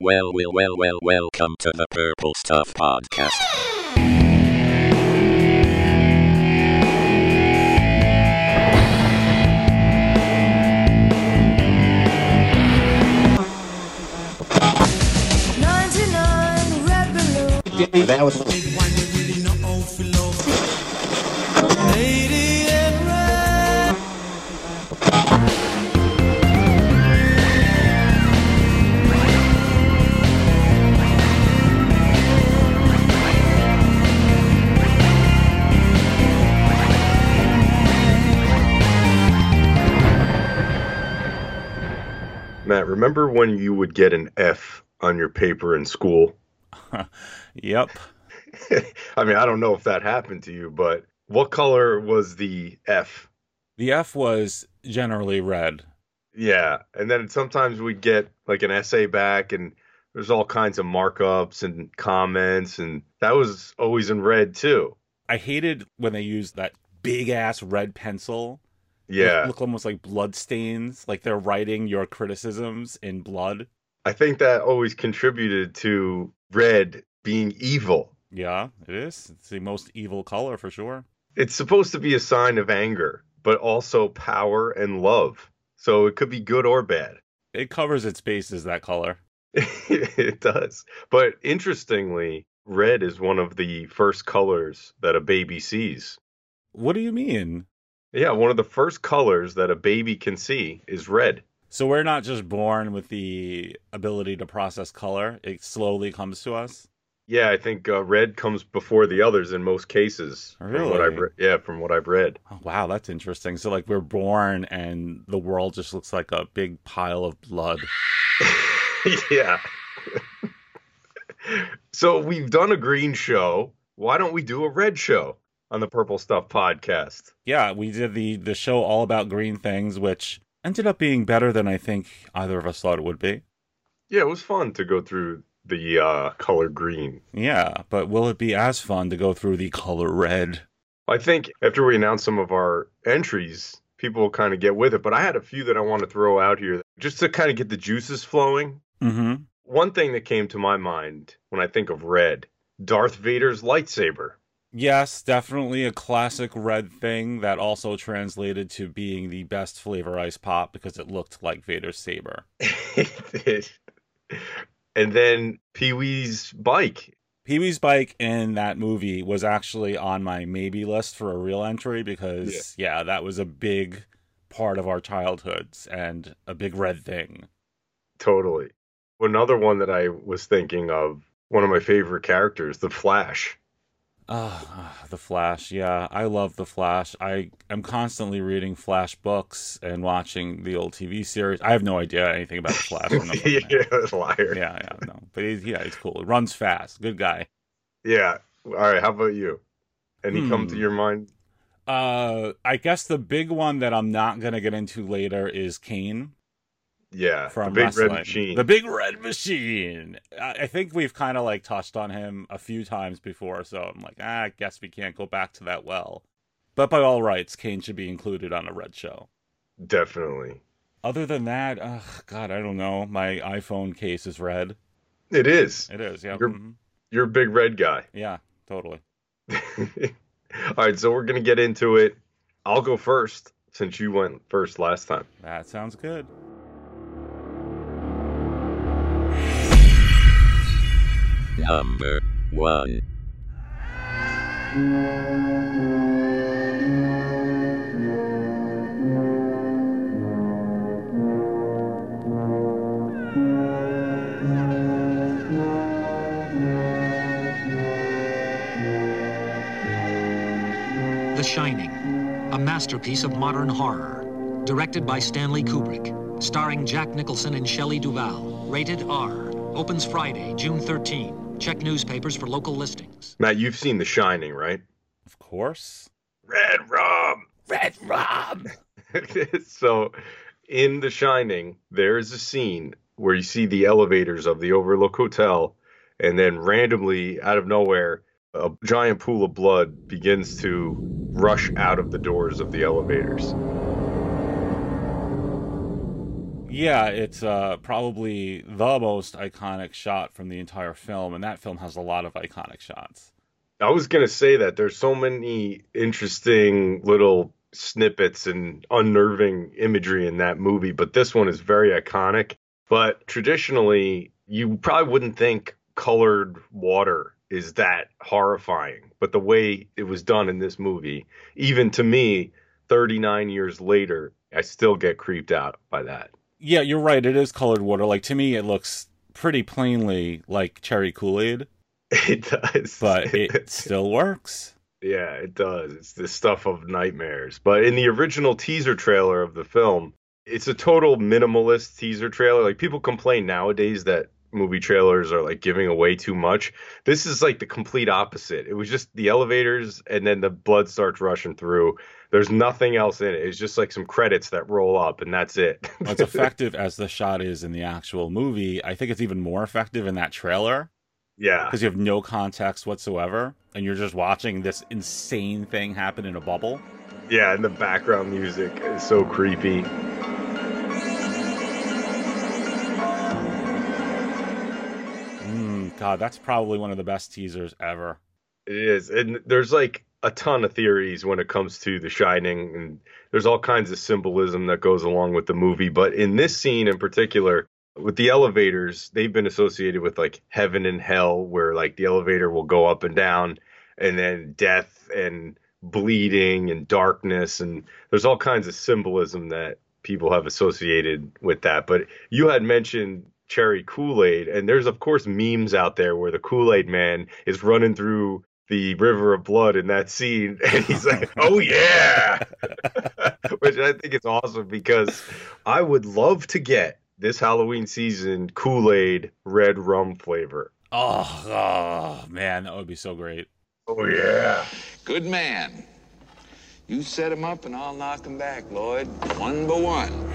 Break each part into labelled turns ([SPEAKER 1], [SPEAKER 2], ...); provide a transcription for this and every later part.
[SPEAKER 1] Well, well, well, well, welcome to the Purple Stuff Podcast.
[SPEAKER 2] That was
[SPEAKER 3] Matt, remember when you would get an F on your paper in school?
[SPEAKER 4] Yep.
[SPEAKER 3] I mean, I don't know if that happened to you, but what color was the F?
[SPEAKER 4] The F was generally red.
[SPEAKER 3] Yeah. And then sometimes we'd get like an essay back and there's all kinds of markups and comments and that was always in red too.
[SPEAKER 4] I hated when they used that big ass red pencil. It
[SPEAKER 3] Yeah.
[SPEAKER 4] looked almost like blood stains, like they're writing your criticisms in blood.
[SPEAKER 3] I think that always contributed to red being evil.
[SPEAKER 4] Yeah, it is. It's the most evil color for sure.
[SPEAKER 3] It's supposed to be a sign of anger, but also power and love. So it could be good or bad.
[SPEAKER 4] It covers its bases that color.
[SPEAKER 3] it does. But interestingly, red is one of the first colors that a baby sees.
[SPEAKER 4] What do you mean?
[SPEAKER 3] Yeah, one of the first colors that a baby can see is red.
[SPEAKER 4] So we're not just born with the ability to process color. It slowly comes to us.
[SPEAKER 3] Yeah, I think uh, red comes before the others in most cases. From what I've
[SPEAKER 4] Really?
[SPEAKER 3] re- yeah, from what I've read.
[SPEAKER 4] Oh, wow, that's interesting. So like we're born and the world just looks like a big pile of blood.
[SPEAKER 3] yeah. so we've done a green show. Why don't we do a red show on the Purple Stuff podcast?
[SPEAKER 4] yeah, we did the the show all about green things, which ended up being better than I think either of us thought it would be.
[SPEAKER 3] Yeah, it was fun to go through the uh, color green.
[SPEAKER 4] Yeah, but will it be as fun to go through the color red?
[SPEAKER 3] I think after we announce some of our entries, people will kind of get with it. But I had a few that I want to throw out here just to kind of get the juices flowing.
[SPEAKER 4] Mm-hmm.
[SPEAKER 3] One thing that came to my mind when I think of red Darth Vader's lightsaber.
[SPEAKER 4] Yes, definitely a classic red thing that also translated to being the best flavor ice pop because it looked like Vader's saber.
[SPEAKER 3] and then Pee Wee's bike.
[SPEAKER 4] Pee Wee's bike in that movie was actually on my maybe list for a real entry because, yeah, that was a big part of our childhoods and a big red thing.
[SPEAKER 3] Totally. Another one that I was thinking of, one of my favorite characters, the Flash.
[SPEAKER 4] Ah, the Flash. Yeah, I love the Flash. I am constantly reading Flash books and watching the old TV series. I have no idea anything about the Flash. I'm not looking at it.
[SPEAKER 3] yeah, liar.
[SPEAKER 4] yeah, yeah, no. But he's yeah, he's cool. He runs fast. Good guy.
[SPEAKER 3] Yeah. All right. How about you? Any come to
[SPEAKER 4] Hmm.
[SPEAKER 3] your mind?
[SPEAKER 4] Uh, I guess the big one that I'm not gonna get into later is Kane
[SPEAKER 3] Yeah.
[SPEAKER 4] from
[SPEAKER 3] the big
[SPEAKER 4] wrestling.
[SPEAKER 3] red machine.
[SPEAKER 4] The Big Red Machine. I, I think we've kind of like touched on him a few times before, so I'm like, ah, I guess we can't go back to that well. But by all rights, Kane should be included on a red show.
[SPEAKER 3] Definitely.
[SPEAKER 4] Other than that, ugh, God, I don't know. My iPhone case is red.
[SPEAKER 3] It is.
[SPEAKER 4] It is, yeah,
[SPEAKER 3] You're-
[SPEAKER 4] mhm.
[SPEAKER 3] You're a big red guy.
[SPEAKER 4] yeah, totally.
[SPEAKER 3] All right, so we're going to get into it. I'll go first since you went first last time.
[SPEAKER 4] That sounds good.
[SPEAKER 1] Number 1.
[SPEAKER 5] The Shining, a masterpiece of modern horror, directed by Stanley Kubrick, starring Jack Nicholson and Shelley Duvall. Rated R. Opens Friday, June 13. Check newspapers for local listings.
[SPEAKER 3] Matt, you've seen The Shining, right?
[SPEAKER 4] Of course.
[SPEAKER 3] Red Rum.
[SPEAKER 4] Red Rob.
[SPEAKER 3] so, in The Shining, there is a scene where you see the elevators of the Overlook Hotel, and then randomly, out of nowhere, a giant pool of blood begins to rush out of the doors of the elevators.
[SPEAKER 4] Yeah, it's uh, probably the most iconic shot from the entire film, and that film has a lot of iconic shots.
[SPEAKER 3] I was gonna say that there's so many interesting little snippets and unnerving imagery in that movie, but this one is very iconic. But traditionally, you probably wouldn't think colored water is that horrifying, but the way it was done in this movie, even to me, 39 years later, I still get creeped out by that.
[SPEAKER 4] Yeah, you're right. It is colored water. Like to me, it looks pretty plainly like cherry Kool Aid,
[SPEAKER 3] It does.
[SPEAKER 4] but it still works.
[SPEAKER 3] Yeah, it does. It's the stuff of nightmares. But in the original teaser trailer of the film, it's a total minimalist teaser trailer. Like people complain nowadays that movie trailers are like giving away too much. This is like the complete opposite. It was just the elevators and then the blood starts rushing through. There's nothing else in it. It's just like some credits that roll up and that's it.
[SPEAKER 4] As effective as the shot is in the actual movie, I think it's even more effective in that trailer
[SPEAKER 3] yeah.
[SPEAKER 4] because you have no context whatsoever, and you're just watching this insane thing happen in a bubble.
[SPEAKER 3] Yeah, and the background music is so creepy.
[SPEAKER 4] Mm, God, that's probably one of the best teasers ever.
[SPEAKER 3] It is. And there's like a ton of theories when it comes to The Shining, and there's all kinds of symbolism that goes along with the movie. But in this scene in particular, with the elevators, they've been associated with like heaven and hell, where like the elevator will go up and down, and then death and bleeding and darkness. And there's all kinds of symbolism that people have associated with that. But you had mentioned cherry Kool-Aid and there's of course memes out there where the Kool-Aid man is running through the river of blood in that scene and he's like, "Oh yeah." Which I think is awesome because I would love to get this Halloween season Kool-Aid red rum flavor.
[SPEAKER 4] Oh, oh man, that would be so great.
[SPEAKER 3] Oh yeah.
[SPEAKER 2] Good man. You set him up and I'll knock him back, Lloyd. One by one.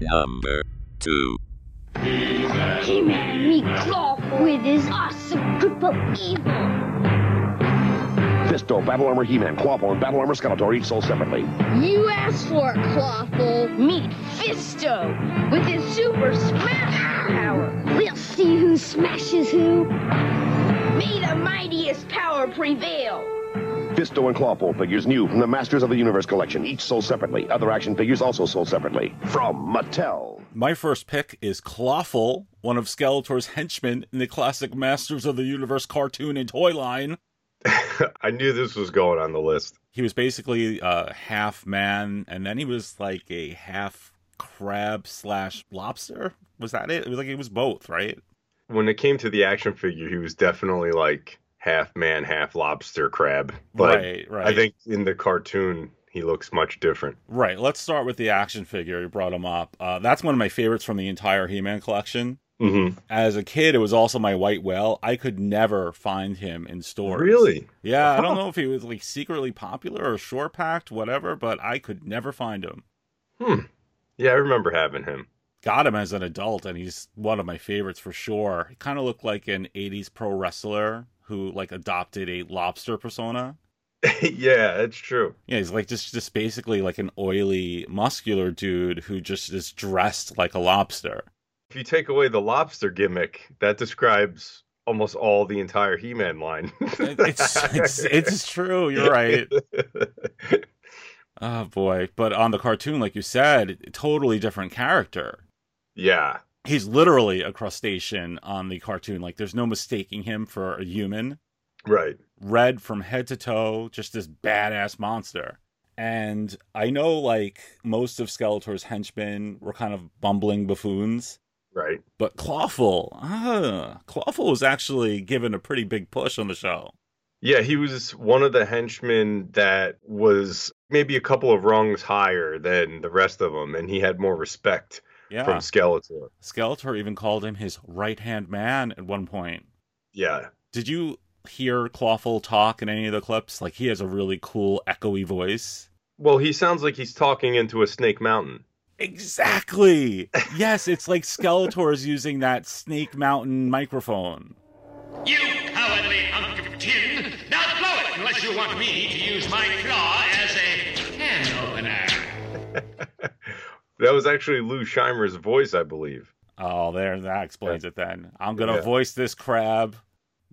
[SPEAKER 1] Number 2.
[SPEAKER 6] He ran meets off with his awesome grip of evil.
[SPEAKER 7] Fisto, Battle Armor He-Man, Clawful, and Battle Armor Skeletor, each sold separately.
[SPEAKER 6] You asked for it, Clawful. Meet Fisto with his super smash power. We'll see who smashes who. May the mightiest power prevail.
[SPEAKER 7] Fisto and Clawful figures new from the Masters of the Universe collection, each sold separately. Other action figures also sold separately. From Mattel.
[SPEAKER 4] My first pick is Clawful, one of Skeletor's henchmen in the classic Masters of the Universe cartoon and toy line.
[SPEAKER 3] I knew this was going on the list.
[SPEAKER 4] He was basically uh, half man, and then he was like a half crab slash lobster. Was that it? It was like he was both, right?
[SPEAKER 3] When it came to the action figure, he was definitely like half man, half lobster crab. But
[SPEAKER 4] right, right.
[SPEAKER 3] I think in the cartoon he looks much different.
[SPEAKER 4] Right. Let's start with the action figure. You brought him up. Uh, that's one of my favorites from the entire He-Man collection.
[SPEAKER 3] hmm
[SPEAKER 4] As a kid, it was also my white whale. I could never find him in stores.
[SPEAKER 3] Really?
[SPEAKER 4] Yeah, I don't know if he was like secretly popular or short packed, whatever, but I could never find him.
[SPEAKER 3] Hmm. Yeah, I remember having him.
[SPEAKER 4] Got him as an adult, and he's one of my favorites for sure. He kind of looked like an 80s pro wrestler who like adopted a lobster persona.
[SPEAKER 3] yeah, that's true.
[SPEAKER 4] Yeah, he's like just, just basically like an oily, muscular dude who just is dressed like a lobster.
[SPEAKER 3] If you take away the lobster gimmick, that describes almost all the entire He-Man line.
[SPEAKER 4] It- It's, it's, it's true. You're right. Oh, boy. But on the cartoon, like you said, totally different character.
[SPEAKER 3] yeah.
[SPEAKER 4] he's literally a crustacean on the cartoon. Like there's no mistaking him for a human.
[SPEAKER 3] Right.
[SPEAKER 4] Red from head to toe, just this badass monster. And I know like most of Skeletor's henchmen were kind of bumbling buffoons,
[SPEAKER 3] Right.
[SPEAKER 4] but Clawful, ah, Clawful was actually given a pretty big push on the show.
[SPEAKER 3] Yeah, he was one of the henchmen that was maybe a couple of rungs higher than the rest of them, and he had more respect
[SPEAKER 4] Yeah.
[SPEAKER 3] from Skeletor.
[SPEAKER 4] Skeletor even called him his right hand man at one point.
[SPEAKER 3] Yeah.
[SPEAKER 4] Did you hear Clawful talk in any of the clips? Like he has a really cool echoey voice.
[SPEAKER 3] Well, he sounds like he's talking into a Snake Mountain.
[SPEAKER 4] Exactly. Yes, it's like Skeletor is using that Snake Mountain microphone.
[SPEAKER 8] You cowardly hunk of tin! Now blow it unless you want me to use my claw as a can opener.
[SPEAKER 3] That was actually Lou Scheimer's voice, I believe.
[SPEAKER 4] Oh, there that explains it then. I'm gonna
[SPEAKER 3] Yeah.
[SPEAKER 4] voice this crab,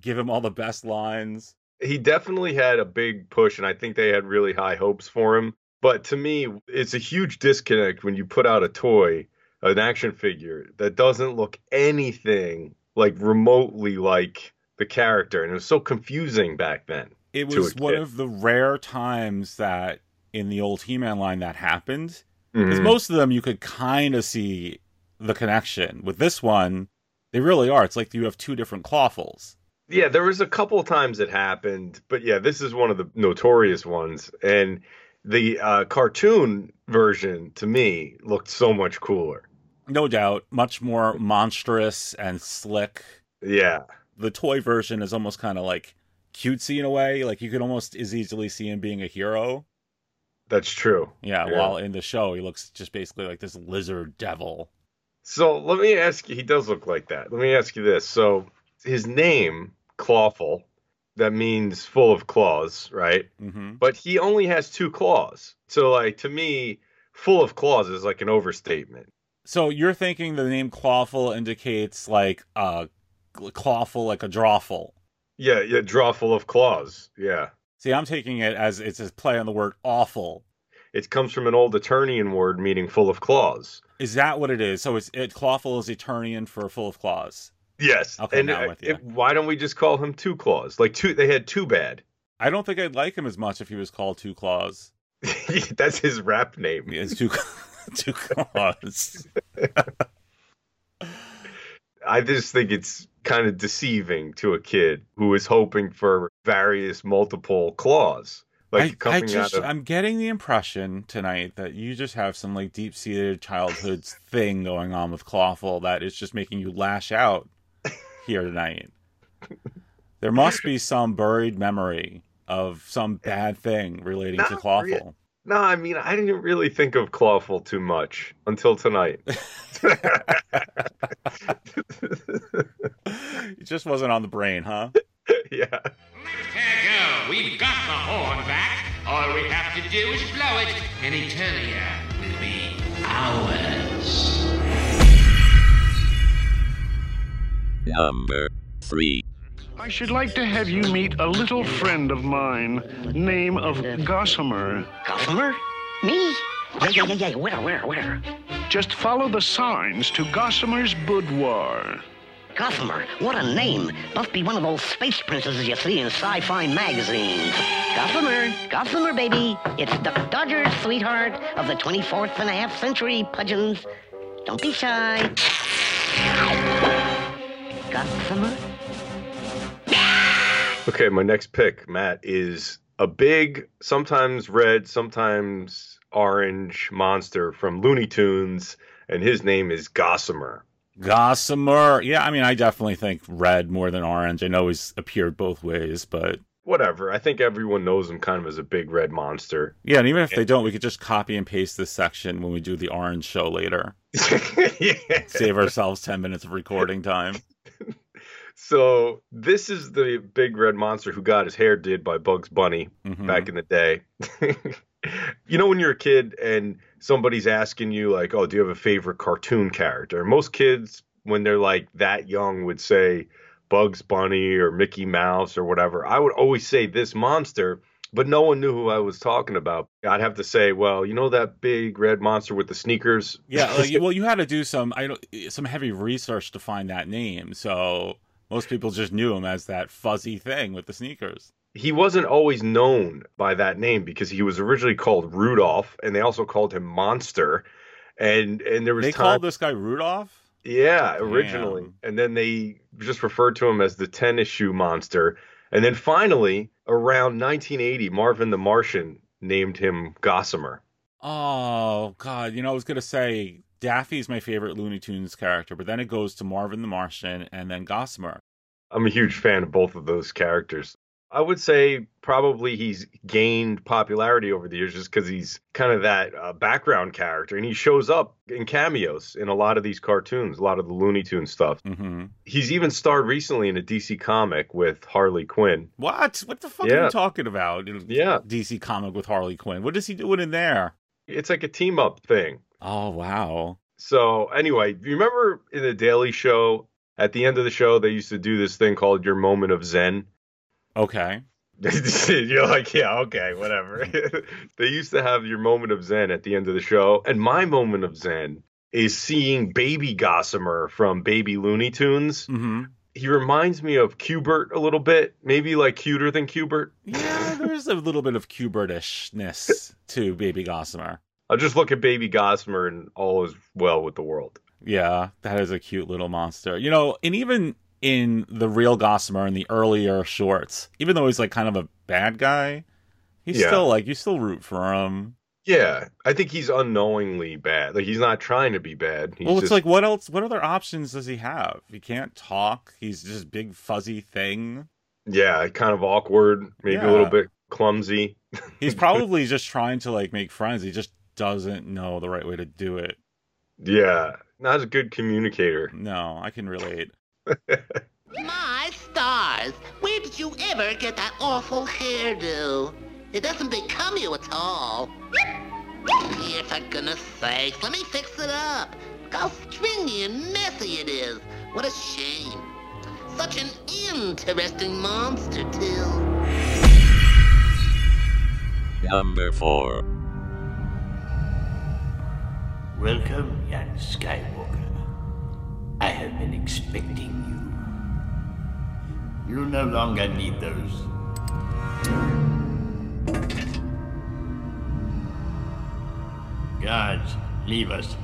[SPEAKER 4] give him all the best lines.
[SPEAKER 3] He definitely had a big push, and I think they had really high hopes for him. But to me, it's a huge disconnect when you put out a toy, an action figure, that doesn't look anything like remotely like the character. And it was so confusing back then.
[SPEAKER 4] It
[SPEAKER 3] to a
[SPEAKER 4] was one
[SPEAKER 3] kid.
[SPEAKER 4] of the rare times that in the old He-Man line that happened. Because
[SPEAKER 3] Mhm.
[SPEAKER 4] most of them you could kind of see the connection. With this one, they really are. It's like you have two different clawfuls.
[SPEAKER 3] Yeah, there was a couple times it happened, but yeah, this is one of the notorious ones. And the uh, cartoon version to me looked so much cooler.
[SPEAKER 4] No doubt, much more monstrous and slick.
[SPEAKER 3] Yeah,
[SPEAKER 4] The toy version is almost kind of like cutesy in a way. Like you could almost as easily see him being a hero.
[SPEAKER 3] that's true.
[SPEAKER 4] Yeah,
[SPEAKER 3] Yeah.
[SPEAKER 4] while in the show he looks just basically like this lizard devil.
[SPEAKER 3] So let me ask you, he does look like that. Let me ask you this. So his name, Clawful, that means full of claws, right?
[SPEAKER 4] hmm
[SPEAKER 3] But he only has two claws. So, like, to me, full of claws is like an overstatement.
[SPEAKER 4] So you're thinking the name Clawful indicates like uh clawful like a drawful.
[SPEAKER 3] Yeah, yeah, draw full of claws. Yeah.
[SPEAKER 4] See, I'm taking it as it's a play on the word awful.
[SPEAKER 3] It comes from an old Eternian word meaning full of claws.
[SPEAKER 4] Is that what it is? So it's it clawful is Eternian for full of claws.
[SPEAKER 3] Yes.
[SPEAKER 4] Okay,
[SPEAKER 3] and
[SPEAKER 4] now I'm
[SPEAKER 3] uh,
[SPEAKER 4] with ya.
[SPEAKER 3] it- why don't we just call him Two Claws? Like two, they had Two Bad.
[SPEAKER 4] I don't think I'd like him as much if he was called Two Claws.
[SPEAKER 3] That's his rap name.
[SPEAKER 4] It's two two claws.
[SPEAKER 3] I just think it's kind of deceiving to a kid who is hoping for various multiple claws. Like
[SPEAKER 4] I, I
[SPEAKER 3] coming
[SPEAKER 4] just
[SPEAKER 3] out of
[SPEAKER 4] I'm getting the impression tonight that you just have some like deep seated childhood thing going on with Clawful that is just making you lash out here tonight. There must be some buried memory of some bad thing relating to
[SPEAKER 3] Not
[SPEAKER 4] Clawful.
[SPEAKER 3] really. No, I mean I didn't really think of Clawful too much until tonight.
[SPEAKER 4] It just wasn't on the brain, huh?
[SPEAKER 3] yeah.
[SPEAKER 8] Let her go. We've got the horn back. All we have to do is blow it, and Eternia will be ours.
[SPEAKER 1] Number 3.
[SPEAKER 9] I should like to have you meet a little friend of mine, name of Gossamer.
[SPEAKER 10] Gossamer? Me? Yeah, yeah, yeah, yeah. Where, where, where?
[SPEAKER 9] Just follow the signs to Gossamer's boudoir.
[SPEAKER 10] Gossamer. What a name. Must be one of those space princesses you see in sci-fi magazines. Gossamer. Gossamer, baby. It's Duck Dodger's sweetheart of the 24th and a half century, Pudgeons. Don't be shy. Gossamer?
[SPEAKER 3] Okay, my next pick, Matt, is a big, sometimes red, sometimes orange monster from Looney Tunes, and his name is Gossamer.
[SPEAKER 4] Gossamer. Yeah, I mean, I definitely think red more than orange. I know he's appeared both ways, but
[SPEAKER 3] Whatever. I think everyone knows him kind of as a big red monster.
[SPEAKER 4] yeah, and even if they don't, we could just copy and paste this section when we do the orange show later.
[SPEAKER 3] yeah.
[SPEAKER 4] Save ourselves 10 minutes of recording time.
[SPEAKER 3] So this is the big red monster who got his hair did by Bugs Bunny
[SPEAKER 4] Mhm.
[SPEAKER 3] back in the day. you know when you're a kid and somebody's asking you like, "Oh, do you have a favorite cartoon character?" Most kids when they're like that young would say Bugs Bunny or Mickey Mouse or whatever. I would always say this monster, but no one knew who I was talking about. I'd have to say, "Well, you know that big red monster with the sneakers?"
[SPEAKER 4] Yeah, like, well, you had to do some I don't, some heavy research to find that name. So most people just knew him as that fuzzy thing with the sneakers.
[SPEAKER 3] he wasn't always known by that name because he was originally called Rudolph, and they also called him Monster. And and there was
[SPEAKER 4] They
[SPEAKER 3] time,
[SPEAKER 4] called this guy Rudolph?
[SPEAKER 3] yeah, originally,
[SPEAKER 4] Damn.
[SPEAKER 3] and then they just referred to him as the tennis shoe monster. And then finally, around 1980, Marvin the Martian named him Gossamer.
[SPEAKER 4] Oh, God. You know, I was going to say Daffy's my favorite Looney Tunes character, but then it goes to Marvin the Martian and then Gossamer.
[SPEAKER 3] I'm a huge fan of both of those characters. I would say probably he's gained popularity over the years just because he's kind of that uh, background character and he shows up in cameos in a lot of these cartoons, a lot of the Looney Tunes stuff.
[SPEAKER 4] hmm.
[SPEAKER 3] He's even starred recently in a DC comic with Harley Quinn.
[SPEAKER 4] What? What the fuck are
[SPEAKER 3] Yeah.
[SPEAKER 4] you talking about?
[SPEAKER 3] Yeah.
[SPEAKER 4] DC comic with Harley Quinn. What is he doing in there?
[SPEAKER 3] It's like a team up thing.
[SPEAKER 4] Oh wow.
[SPEAKER 3] So anyway, you remember in the Daily Show at the end of the show they used to do this thing called your moment of zen.
[SPEAKER 4] Okay.
[SPEAKER 3] You're like, yeah, okay, whatever. they used to have your moment of zen at the end of the show, and my moment of zen is seeing Baby Gossamer from Baby Looney Tunes.
[SPEAKER 4] Mm-hmm.
[SPEAKER 3] He reminds me of Cubert a little bit, maybe like cuter than Cubert.
[SPEAKER 4] Yeah, there's a little bit of Cubertishness to Baby Gossamer.
[SPEAKER 3] I'll just look at Baby Gossamer and all is well with the world.
[SPEAKER 4] Yeah, that is a cute little monster. You know, and even in the real Gossamer in the earlier shorts, even though he's like kind of a bad guy, he's
[SPEAKER 3] Yeah.
[SPEAKER 4] still like you still root for him.
[SPEAKER 3] Yeah, I think he's unknowingly bad. Like he's not trying to be bad. He's
[SPEAKER 4] well, it's
[SPEAKER 3] just,
[SPEAKER 4] like what else? What other options does he have? He can't talk. He's just big fuzzy thing.
[SPEAKER 3] yeah, kind of awkward, maybe a little
[SPEAKER 4] Yeah.
[SPEAKER 3] bit clumsy.
[SPEAKER 4] He's probably just trying to like make friends. He just doesn't know the right way to do it.
[SPEAKER 3] Yeah, not a good communicator.
[SPEAKER 4] No, I can relate.
[SPEAKER 11] My stars! Where did you ever get that awful hairdo? It doesn't become you at all. Here, for goodness sakes, let me fix it up. Look how stringy and messy it is. What a shame. Such an interesting monster, too.
[SPEAKER 1] Number 4.
[SPEAKER 12] Welcome, young Skywalker. I have been expecting you. You no longer need those. Guards, leave us.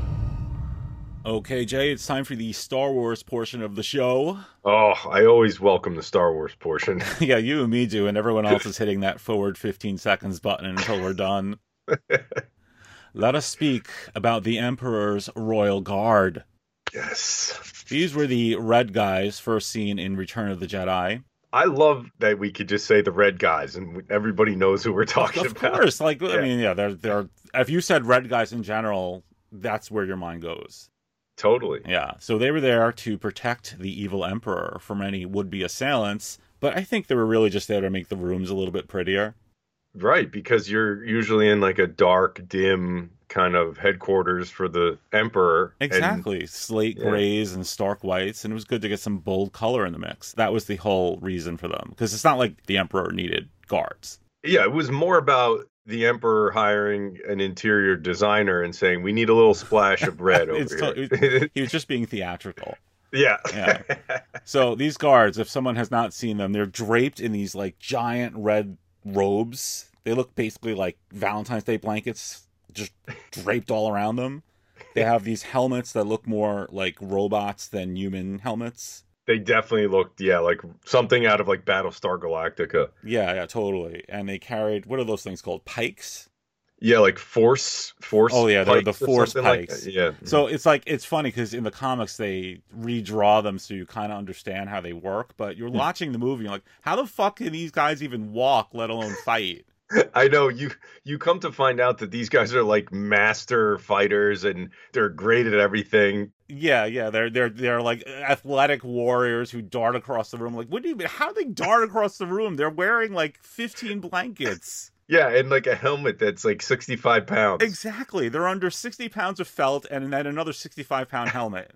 [SPEAKER 4] Okay, Jay, it's time for the Star Wars portion of the show.
[SPEAKER 3] Oh, I always welcome the Star Wars portion.
[SPEAKER 4] yeah, you and me do, and everyone else is hitting that forward 15 seconds button until we're done. Let us speak about the Emperor's Royal Guard.
[SPEAKER 3] Yes.
[SPEAKER 4] These were the red guys first seen in Return of the Jedi.
[SPEAKER 3] I love that we could just say the red guys and everybody knows who we're talking
[SPEAKER 4] Of
[SPEAKER 3] about.
[SPEAKER 4] course, like I
[SPEAKER 3] Yeah.
[SPEAKER 4] mean, yeah, they're they're if you said red guys in general, that's where your mind goes.
[SPEAKER 3] Totally.
[SPEAKER 4] Yeah. So they were there to protect the evil emperor from any would-be assailants, but I think they were really just there to make the rooms a little bit prettier.
[SPEAKER 3] Right, because you're usually in like a dark, dim kind of headquarters for the emperor. and-
[SPEAKER 4] Exactly. Slate
[SPEAKER 3] Yeah.
[SPEAKER 4] grays and stark whites. And it was good to get some bold color in the mix. That was the whole reason for them. Because it's not like the Emperor needed guards.
[SPEAKER 3] yeah, it was more about the emperor hiring an interior designer and saying, "We need a little splash of red over
[SPEAKER 4] It's
[SPEAKER 3] here."
[SPEAKER 4] to- he was just being theatrical.
[SPEAKER 3] yeah.
[SPEAKER 4] Yeah. so these guards, if someone has not seen them, they're draped in these like giant red robes. They look basically like Valentine's Day blankets, just draped all around them. They have these helmets that look more like robots than human helmets.
[SPEAKER 3] They definitely looked, yeah, like something out of like Battlestar Galactica.
[SPEAKER 4] Yeah, yeah, totally. And they carried what are those things called? Pikes.
[SPEAKER 3] Yeah, like force, force.
[SPEAKER 4] Oh, yeah, they're the
[SPEAKER 3] pikes or
[SPEAKER 4] force
[SPEAKER 3] something like
[SPEAKER 4] pikes.
[SPEAKER 3] that. yeah.
[SPEAKER 4] So it's like it's funny because in the comics they redraw them so you kind of understand how they work. But you're watching the movie, you're like, how the fuck can these guys even walk, let alone fight?
[SPEAKER 3] I know you. You come to find out that these guys are like master fighters and they're great at everything.
[SPEAKER 4] yeah, yeah, they're they're they're like athletic warriors who dart across the room. Like, what do you mean? How do they dart across the room? They're wearing like 15 blankets.
[SPEAKER 3] Yeah, and like a helmet that's like sixty-five pounds.
[SPEAKER 4] Exactly. They're under 60 pounds of felt and then another 65 pound helmet.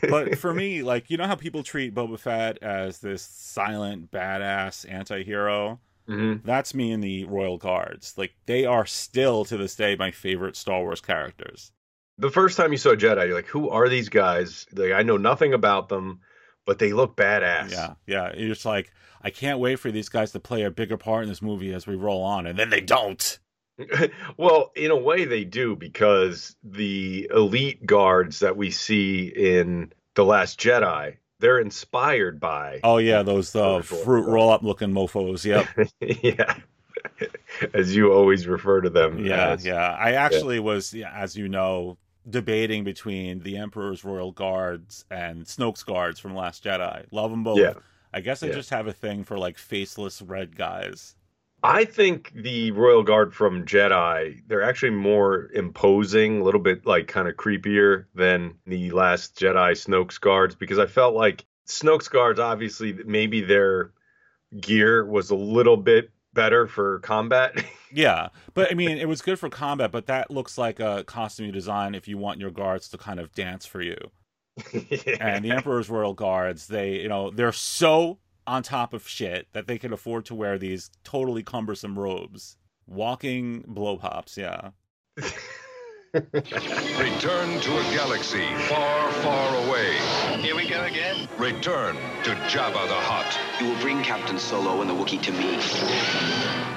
[SPEAKER 4] but for me, like, you know how people treat Boba Fett as this silent, badass anti hero?
[SPEAKER 3] Mhm.
[SPEAKER 4] That's me in the Royal Guards. Like, they are still to this day my favorite Star Wars characters.
[SPEAKER 3] The first time you saw Jedi, you're like, "Who are these guys? Like, I know nothing about them, but they look badass."
[SPEAKER 4] Yeah, yeah. It's just like, I can't wait for these guys to play a bigger part in this movie as we roll on. And then they don't.
[SPEAKER 3] Well, in a way, they do because the elite guards that we see in The Last Jedi, they're inspired by.
[SPEAKER 4] Oh, yeah, those uh,
[SPEAKER 3] Fruit roll-
[SPEAKER 4] fruit roll up looking mofos. Yep.
[SPEAKER 3] yeah. As you always refer to them.
[SPEAKER 4] Yeah,
[SPEAKER 3] as.
[SPEAKER 4] yeah. I actually was, yeah, as you know, debating between the Emperor's Royal Guards and Snoke's Guards from Last Jedi. Love them both.
[SPEAKER 3] Yeah.
[SPEAKER 4] I guess I
[SPEAKER 3] Yeah.
[SPEAKER 4] just have a thing for like faceless red guys.
[SPEAKER 3] I think the Royal Guard from Jedi, they're actually more imposing, a little bit like kind of creepier than the last Jedi Snoke's guards because I felt like Snoke's guards obviously maybe their gear was a little bit better for combat.
[SPEAKER 4] Yeah, but I mean, it was good for combat, but that looks like a costume you design if you want your guards to kind of dance for you. And the Emperor's Royal Guards, they, you know, they're so on top of shit that they can afford to wear these totally cumbersome robes. Walking blow pops, yeah.
[SPEAKER 13] Return to a galaxy far, far away. Here we go again. Return to Jabba the Hutt. You will bring Captain Solo and the Wookiee to me.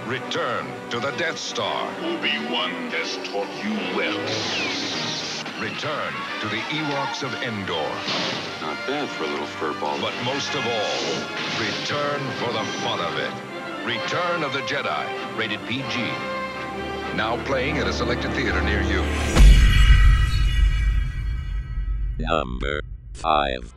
[SPEAKER 13] Return to the Death Star. Obi-Wan has taught you well. Return to the Ewoks of Endor. Not bad for a little furball. But most of all, return for the fun of it. Return of the Jedi, rated PG. Now playing at a selected theater near you.
[SPEAKER 1] Number 5.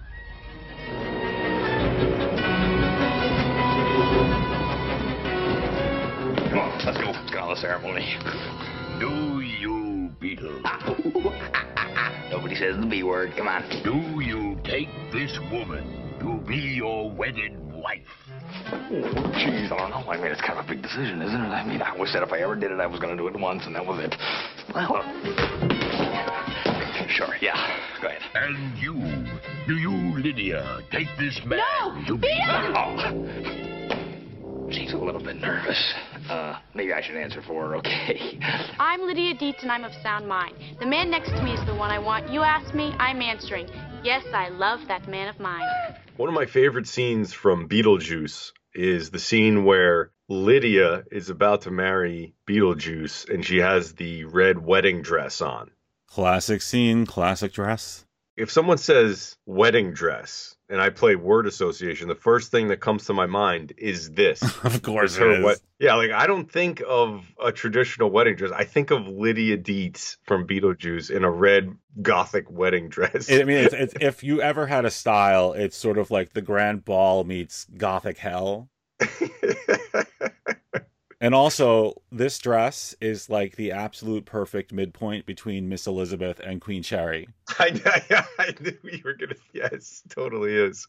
[SPEAKER 14] Come on, let's go. Let's go on the ceremony. Do you, Beetle? Nobody says the B word. Come on. Do you take this woman to be your wedded wife? Jeez, I don't know. I mean, it's kind of a big decision, isn't it? I mean, I always said if I ever did it, I was going to do it once, and that was it. Well, sure, yeah. Go ahead. And you, do you, Lydia, take this man? No, to be- Oh. She's a little bit nervous. Uh, maybe I should answer for her. Okay.
[SPEAKER 15] I'm Lydia Dietz and I'm of sound mind. The man next to me is the one I want. You asked me, I'm answering. Yes, I love that man of mine.
[SPEAKER 3] One of my favorite scenes from Beetlejuice is the scene where Lydia is about to marry Beetlejuice and she has the red wedding dress on.
[SPEAKER 4] Classic scene, classic dress.
[SPEAKER 3] If someone says wedding dress and I play word association, the first thing that comes to my mind is this.
[SPEAKER 4] Of course
[SPEAKER 3] It's
[SPEAKER 4] it is.
[SPEAKER 3] yeah, like I don't think of a traditional wedding dress. I think of Lydia Dietz from Beetlejuice in a red gothic wedding dress.
[SPEAKER 4] I mean, it's, it's, if you ever had a style, it's sort of like the grand ball meets gothic hell. and also, this dress is like the absolute perfect midpoint between Miss Elizabeth and Queen Sherry.
[SPEAKER 3] I, I, I knew you were gonna. Yes, totally is.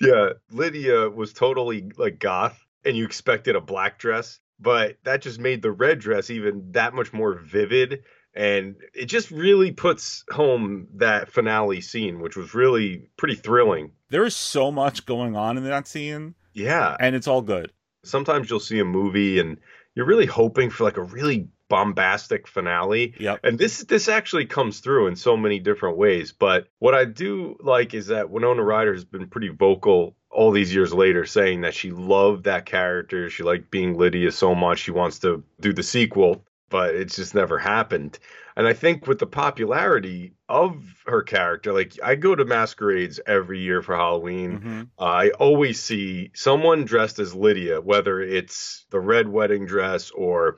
[SPEAKER 3] Yeah, Lydia was totally like goth, and you expected a black dress, but that just made the red dress even that much more vivid, and it just really puts home that finale scene, which was really pretty thrilling.
[SPEAKER 4] There is so much going on in that scene.
[SPEAKER 3] Yeah,
[SPEAKER 4] and it's all good.
[SPEAKER 3] Sometimes you'll see a movie and you're really hoping for like a really bombastic finale.
[SPEAKER 4] Yep.
[SPEAKER 3] And this this actually comes through in so many different ways. But what I do like is that Winona Ryder has been pretty vocal all these years later, saying that she loved that character. She liked being Lydia so much. She wants to do the sequel, but it's just never happened. And I think with the popularity of her character, like I go to masquerades every year for
[SPEAKER 4] Mm-hmm.
[SPEAKER 3] Halloween. I always see someone dressed as Lydia, whether it's the red wedding dress or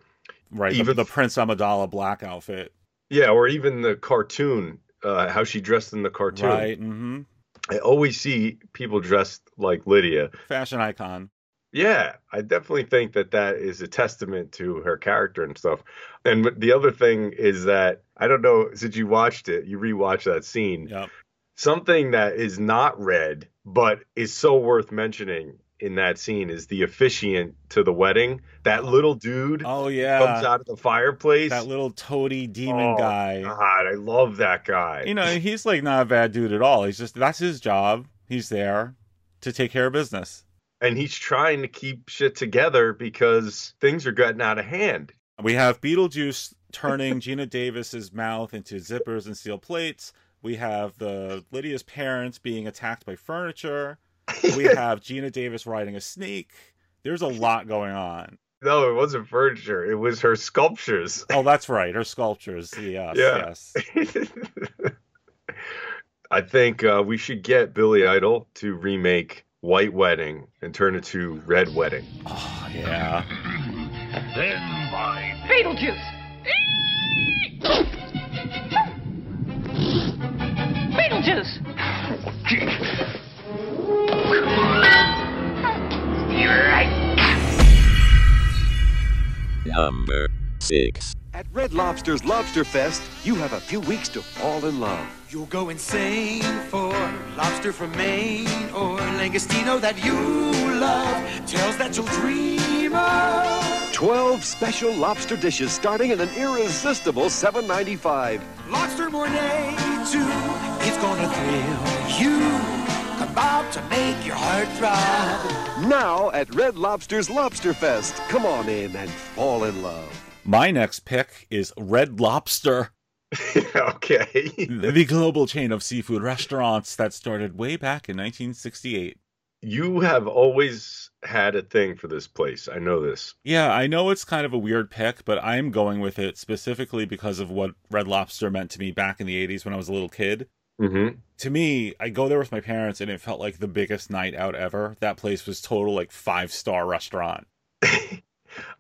[SPEAKER 4] Right, the-
[SPEAKER 3] even
[SPEAKER 4] the Prince Amidala black outfit.
[SPEAKER 3] yeah, or even the cartoon, uh, how she dressed in the cartoon.
[SPEAKER 4] Right. Mm-hmm.
[SPEAKER 3] I always see people dressed like Lydia.
[SPEAKER 4] Fashion icon.
[SPEAKER 3] Yeah, I definitely think that that is a testament to her character and stuff. And the other thing is that I don't know since you watched it, you rewatched that scene. Something that is not read but is so worth mentioning in that scene is the officiant to the wedding. That little dude
[SPEAKER 4] Oh yeah.
[SPEAKER 3] comes out of the fireplace.
[SPEAKER 4] That little toady demon
[SPEAKER 3] Oh,
[SPEAKER 4] guy.
[SPEAKER 3] God, I love that guy.
[SPEAKER 4] You know, he's like not a bad dude at all. He's just that's his job. He's there to take care of business.
[SPEAKER 3] and he's trying to keep shit together because things are getting out of hand.
[SPEAKER 4] We have Beetlejuice turning Gina Davis's mouth into zippers and steel plates. We have the Lydia's parents being attacked by furniture. We have Gina Davis riding a snake. There's a lot going on.
[SPEAKER 3] No, it wasn't furniture. It was her sculptures.
[SPEAKER 4] Oh, that's right. Her sculptures. Yes,
[SPEAKER 3] Yeah.
[SPEAKER 4] yes.
[SPEAKER 3] I think uh, we should get Billy Idol to remake White Wedding and turn it to Red Wedding.
[SPEAKER 4] Oh, yeah.
[SPEAKER 14] Then my
[SPEAKER 16] Beetlejuice! Beetlejuice!
[SPEAKER 1] Number 6.
[SPEAKER 17] At Red Lobster's Lobster Fest, you have a few weeks to fall in love.
[SPEAKER 18] You'll go insane for lobster from Maine or Langostino that you love, tales that you'll dream of.
[SPEAKER 17] 12 special lobster dishes starting at an irresistible $7.95.
[SPEAKER 18] Lobster Mornay, too, it's gonna thrill you. Kebab to make your heart throb.
[SPEAKER 17] Now at Red Lobster's Lobster Fest. Come on in and fall in love.
[SPEAKER 4] My next pick is Red Lobster.
[SPEAKER 3] okay.
[SPEAKER 4] the global chain of seafood restaurants that started way back in 1968.
[SPEAKER 3] You have always had a thing for this place. I know this.
[SPEAKER 4] Yeah, I know it's kind of a weird pick, but I'm going with it specifically because of what Red Lobster meant to me back in the 80s when I was a little kid.
[SPEAKER 3] Mm-hmm.
[SPEAKER 4] To me, I go there with my parents and it felt like the biggest night out ever. That place was total like five star restaurant.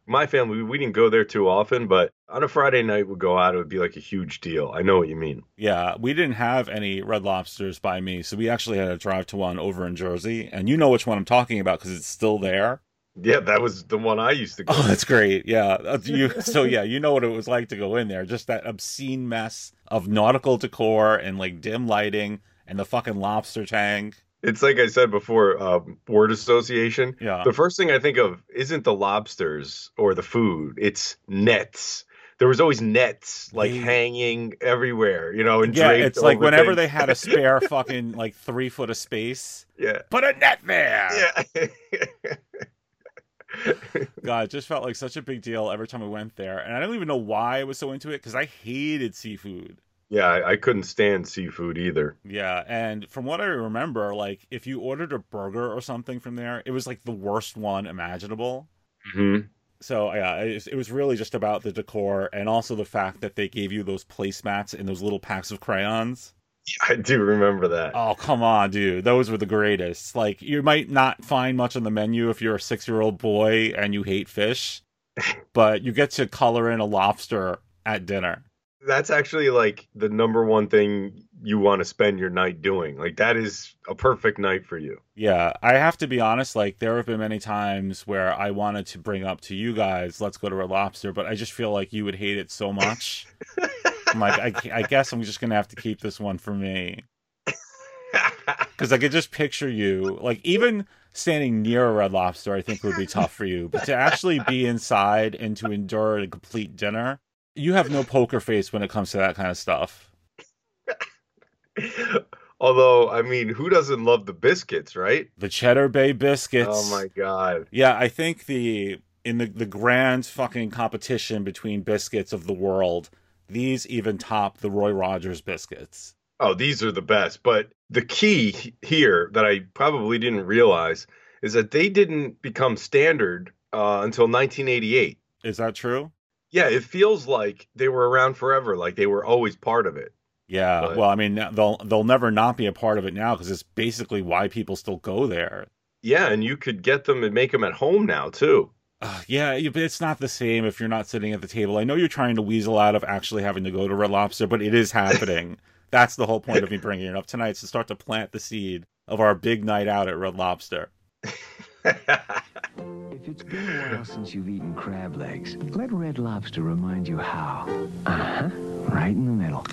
[SPEAKER 3] My family, we didn't go there too often, but on a Friday night, we'd go out. It would be like a huge deal. I know what you mean.
[SPEAKER 4] Yeah, we didn't have any red lobsters by me, so we actually had to drive to one over in Jersey, and you know which one I'm talking about because it's still there.
[SPEAKER 3] Yeah, that was the one I used to go.
[SPEAKER 4] Oh, that's great. Yeah, uh, you, so yeah, you know what it was like to go in there. Just that obscene mess of nautical decor and like dim lighting and the fucking lobster tank.
[SPEAKER 3] It's like I said before, um, word association.
[SPEAKER 4] Yeah.
[SPEAKER 3] The first thing I think of isn't the lobsters or the food, it's nets. There was always nets like
[SPEAKER 4] Yeah.
[SPEAKER 3] hanging everywhere, you know, and
[SPEAKER 4] yeah,
[SPEAKER 3] draped
[SPEAKER 4] it's like
[SPEAKER 3] over
[SPEAKER 4] whenever
[SPEAKER 3] things.
[SPEAKER 4] they had a spare fucking like three foot of space.
[SPEAKER 3] Yeah.
[SPEAKER 4] Put a net there.
[SPEAKER 3] Yeah.
[SPEAKER 4] God, it just felt like such a big deal every time we went there. And I don't even know why I was so into it because I hated seafood.
[SPEAKER 3] Yeah, I, I couldn't stand seafood either.
[SPEAKER 4] Yeah. And from what I remember, like if you ordered a burger or something from there, it was like the worst one imaginable.
[SPEAKER 3] hmm
[SPEAKER 4] Mm-hmm. So yeah, it, it was really just about the decor and also the fact that they gave you those placemats and those little packs of crayons.
[SPEAKER 3] I do remember that.
[SPEAKER 4] Oh, come on, dude. Those were the greatest. Like, you might not find much on the menu if you're a six year old boy and you hate fish, but you get to color in a lobster at dinner.
[SPEAKER 3] That's actually like the number one thing you want to spend your night doing. Like that is a perfect night for you.
[SPEAKER 4] Yeah, I have to be honest. Like, there have been many times where I wanted to bring up to you guys, let's go to Red Lobster, but I just feel like you would hate it so much. I'm like, I, ca- I guess I'm just going to have to keep this one for me. Because I could just picture you, like, even standing near a Red Lobster, I think would be tough for you. But to actually be inside and to endure a complete dinner, you have no poker face when it comes to that kind of stuff.
[SPEAKER 3] Although, I mean, who doesn't love the biscuits, right?
[SPEAKER 4] The Cheddar Bay biscuits.
[SPEAKER 3] Oh my god.
[SPEAKER 4] Yeah, I think the in the the grand fucking competition between biscuits of the world, these even top the Roy Rogers biscuits.
[SPEAKER 3] Oh, these are the best. But the key he- here that I probably didn't realize is that they didn't become standard uh, until 1988.
[SPEAKER 4] Is that true?
[SPEAKER 3] Yeah, it feels like they were around forever, like they were always part of it.
[SPEAKER 4] Yeah.
[SPEAKER 3] But-
[SPEAKER 4] well, I mean, now- they'll they'll never not be a part of it now because it's basically why people still go there.
[SPEAKER 3] Yeah, and you could get them and make them at home now too.
[SPEAKER 4] Yeah, you- but it's not the same if you're not sitting at the table. I know you're trying to weasel out of actually having to go to Red Lobster, but it is happening. That's the whole point of me bringing it up tonight is to start to plant the seed of our big night out at Red Lobster.
[SPEAKER 19] Been a while since you've eaten crab legs. Let Red Lobster remind you how. Uh huh. Right in the middle.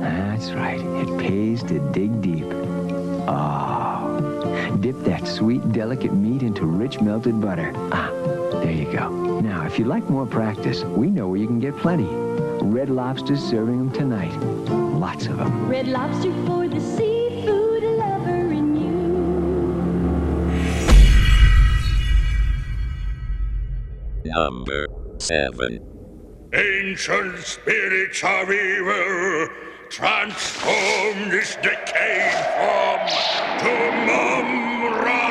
[SPEAKER 19] That's right. It pays to dig deep. Oh. Dip that sweet, delicate meat into rich melted butter. Ah, there you go. Now, if you'd like more practice, we know where you can get plenty. Red Lobster's serving them tonight. Lots of them.
[SPEAKER 20] Red lobster for the seafood lover in you.
[SPEAKER 1] Number 7.
[SPEAKER 21] Ancient spirits of evil, transform this decayed form to Mumra,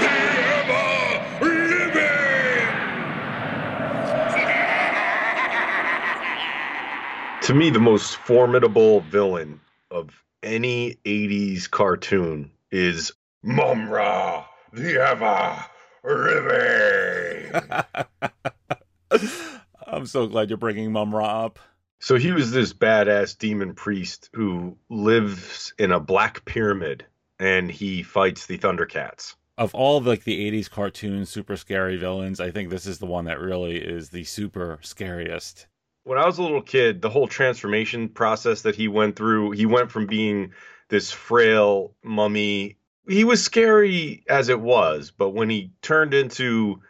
[SPEAKER 21] the ever living.
[SPEAKER 3] To me, the most formidable villain of any 80s cartoon is Mumra, the ever living.
[SPEAKER 4] I'm so glad you're bringing Mum Ra up.
[SPEAKER 3] So he was this badass demon priest who lives in a black pyramid and he fights the Thundercats.
[SPEAKER 4] of all of, like the 80s cartoon super scary villains, I think this is the one that really is the super scariest.
[SPEAKER 3] when I was a little kid, the whole transformation process that he went through, he went from being this frail mummy. He was scary as it was, but when he turned into